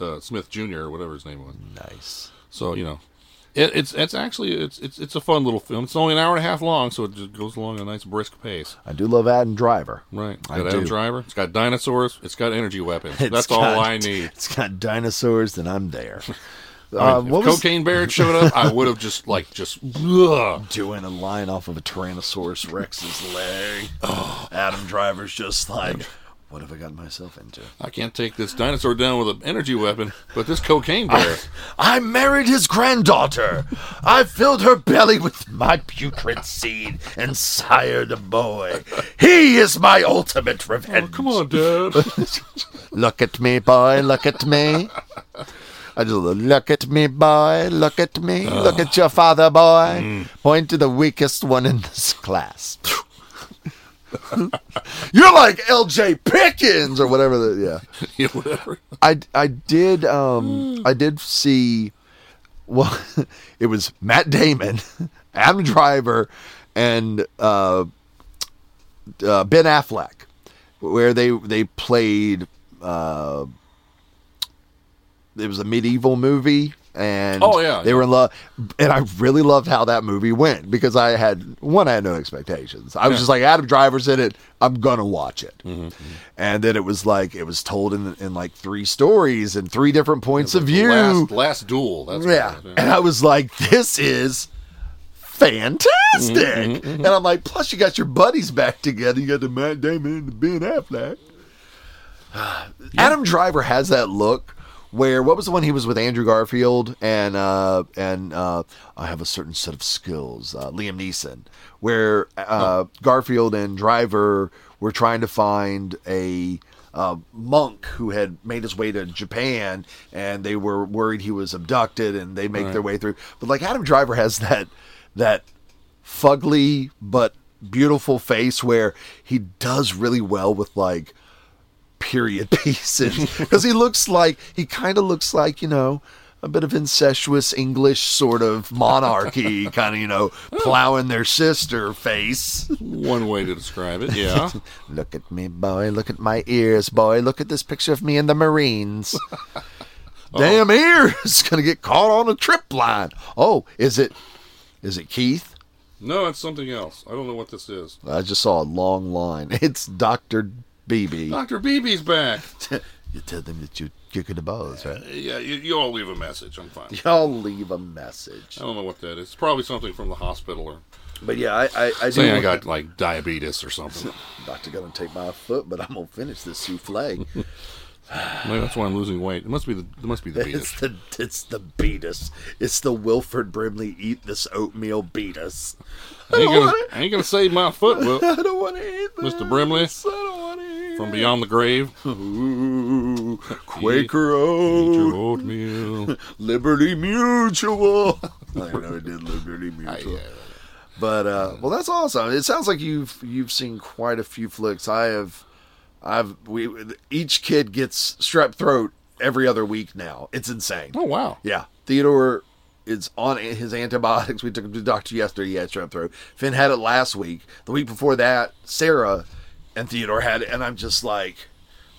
uh, Smith Jr. or whatever his name was. Nice. So you know, it, it's it's actually it's it's it's a fun little film. It's only an hour and a half long, so it just goes along at a nice brisk pace. I do love Adam Driver. Right. It's I got Adam do. Driver. It's got dinosaurs. It's got energy weapons. It's That's all got- I need. It's got dinosaurs, then I'm there. I Uh, mean, what if was Cocaine Bear had showed up, I would have just like just ugh. doing a line off of a Tyrannosaurus Rex's leg? Adam Driver's just like, what have I gotten myself into? I can't take this dinosaur down with an energy weapon, but this cocaine bear. I married his granddaughter. I filled her belly with my putrid seed and sired a boy. He is my ultimate revenge. Oh, Come on, Dad. Look at me, boy. Look at me. I just lo- look at me, boy. Look at me. Look at your father, boy. Mm. Point to the weakest one in this class. You're like L.J. Pickens or whatever. The, yeah. yeah, whatever. I I did Mm. um I did see well it was Matt Damon, Adam Driver, and uh, uh, Ben Affleck, where they they played uh it was a medieval movie and Oh, yeah, they yeah. were in love and I really loved how that movie went because I had one I had no expectations. I was just like Adam Driver's in it, I'm gonna watch it Mm-hmm, and then it was like it was told in in like three stories and three different points of view. Last, last duel. That's what yeah, it is, and I was like, this is fantastic. Mm-hmm, And I'm like, plus you got your buddies back together. You got the Matt Damon and the Ben Affleck. Adam Driver has that look. Where what was the one he was with Andrew Garfield and uh, and uh, I have a certain set of skills uh, Liam Neeson where uh, Garfield and Driver were trying to find a uh, monk who had made his way to Japan and they were worried he was abducted and they make their way through but like Adam Driver has that that fugly but beautiful face where he does really well with like period pieces because he looks like he kind of looks like you know a bit of incestuous English sort of monarchy kind of you know plowing their sister face. One way to describe it. Yeah. Look at me, boy. Look at my ears, boy. Look at this picture of me in the Marines. Damn ears gonna get caught on a trip line. Oh, is it? Is it Keith? No, it's something else. I don't know what this is. I just saw a long line. It's Doctor BB. Doctor BB's back. you tell them that you're kicking the balls, right? Yeah, you, you all leave a message. I'm fine. Y'all leave a message. I don't know what that is. It's probably something from the hospital or But yeah, I I, I do. saying I got like diabetes or something. Doctor gonna take my foot, but I'm gonna finish this souffle. Maybe that's why I'm losing weight. It must be the it must be the beatus. it's the it's the beatus. It's the Wilford Brimley eat this oatmeal beatus. I ain't gonna, I ain't gonna save my foot, Will, I don't want to eat this. Mr. Brimley I don't want to eat. from beyond the grave. Ooh, Quaker Eat your Oat, oatmeal. Liberty Mutual. I know it did Liberty Mutual. But uh, well, that's awesome. It sounds like you've you've seen quite a few flicks. I have, I've we each kid gets strep throat every other week now. It's insane. Oh wow. Yeah, Theodore is on his antibiotics. We took him to the doctor yesterday. He had strep throat. Finn had it last week. The week before that, Sarah and Theodore had it, and I'm just like.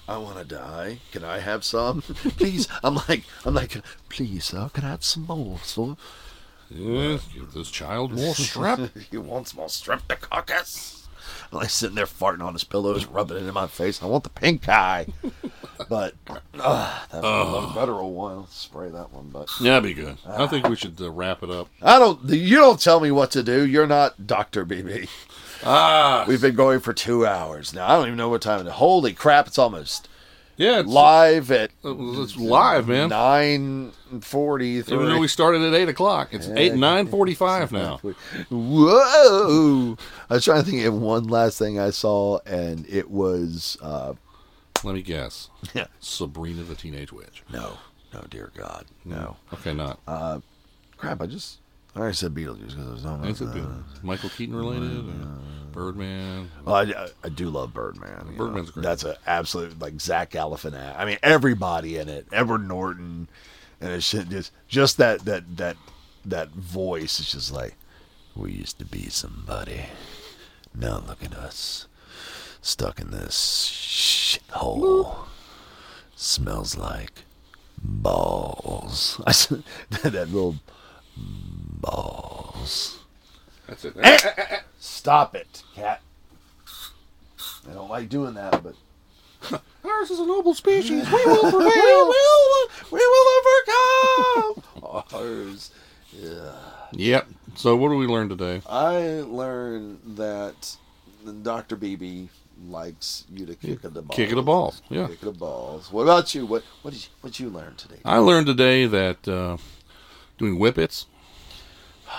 I want to die. Can I have some, please? I'm like, I'm like, please, sir. Can I have some more, sir? Yes, give this child more strep. he wants more streptococcus. I'm like sitting there farting on his pillows, rubbing it in my face. I want the pink eye. But uh, that one federal one. Let's spray that one. But Yeah, that'd be good. I think we should uh, wrap it up. I don't. You don't tell me what to do. You're not Doctor BB. Ah, We've been going for two hours now. I don't even know what time it is. Holy crap! It's almost yeah, it's, live at it's live, man. nine forty Even though we three. started at eight o'clock, it's eight nine forty five now. Whoa! I was trying to think of one last thing I saw, and it was uh, Let me guess. Sabrina the Teenage Witch. no, no, dear God, no. Okay, not. Crap! I just I already said Beetlejuice because I was on. Is it the Michael Keaton related? or Birdman. Well, I, I do love Birdman. you Birdman's know. great. That's an absolute like Zach Galifianakis. I mean, everybody in it, Edward Norton, and it's shit just just that that that that voice. It's just like we used to be somebody. Now look at us, stuck in this shithole. Smells like balls. I said that that little balls. That's it. Stop it, cat. I don't like doing that, but Ours is a noble species. We will prevail. we will. we will overcome. Ours. Yep. So what did we learn today? I learned that Doctor BB likes you to kick at the balls. Kick of the balls. Yeah. Kick at the balls. What about you? What what did you, what you learn today? I learned today that uh, doing whippets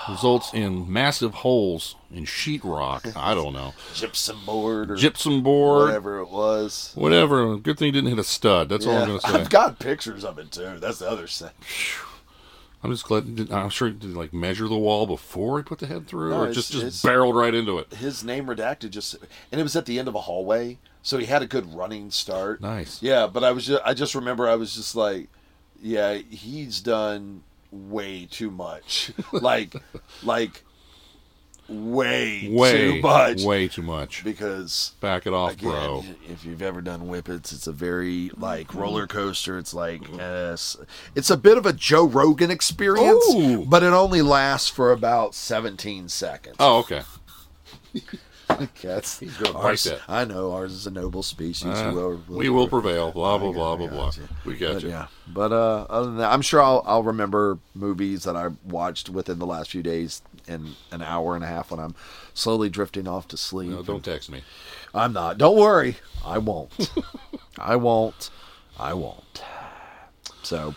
results in massive holes in sheetrock. I don't know. Gypsum board or Gypsum board. whatever it was. Whatever. Good thing you didn't hit a stud. That's all I'm going to say. have got pictures of it too. That's the other thing. I'm just glad. did- I'm sure he did like measure the wall before he put the head through, No, or it's- just just it's- barreled right into it. his name redacted just and it was at the end of a hallway so he had a good running start Nice. yeah but i was just, i just remember i was just like yeah he's done way too much like like way, Way too much Way too much. because Back it off, Again, bro. if you've ever done whippets, it's a very like roller coaster. It's like Mm-hmm. uh, s- it's a bit of a Joe Rogan experience, Ooh. but it only lasts for about 17 seconds. Oh, okay. Cats. He's gonna bite that. I know ours is a noble species. Uh, Whoever we will prevail. Blah blah blah blah I blah. got you. We got But, you. yeah, but uh, other than that, I'm sure I'll, I'll remember movies that I watched within the last few days in an hour and a half when I'm slowly drifting off to sleep. No, don't text me. I'm not. Don't worry. I won't. I won't. I won't. So,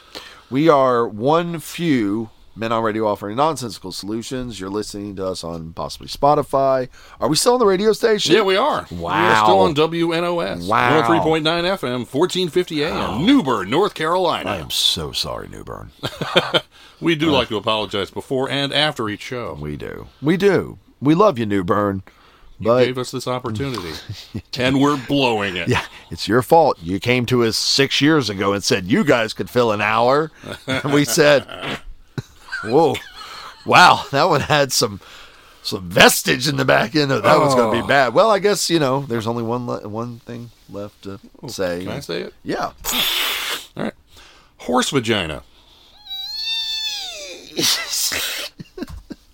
we are one few men on radio offering nonsensical solutions. You're listening to us on possibly Spotify. Are we still on the radio station? Yeah, we are. We are Wow. still on WNOS. Wow. 103.9 FM, 1450 AM, Newburn, North Carolina. I am so sorry, Newburn. We do like to apologize before and after each show. we do. We do. We love you, Newburn. But Gave us this opportunity, and we're blowing it. yeah, it's your fault. You came to us six years ago and said you guys could fill an hour. And we said, "Whoa, wow, that one had some some vestige in the back end of that one's going Oh. to be bad." Well, I guess you know, there's only one le- one thing left to say. Oh, Can I say it? Yeah, All right. Horse vagina.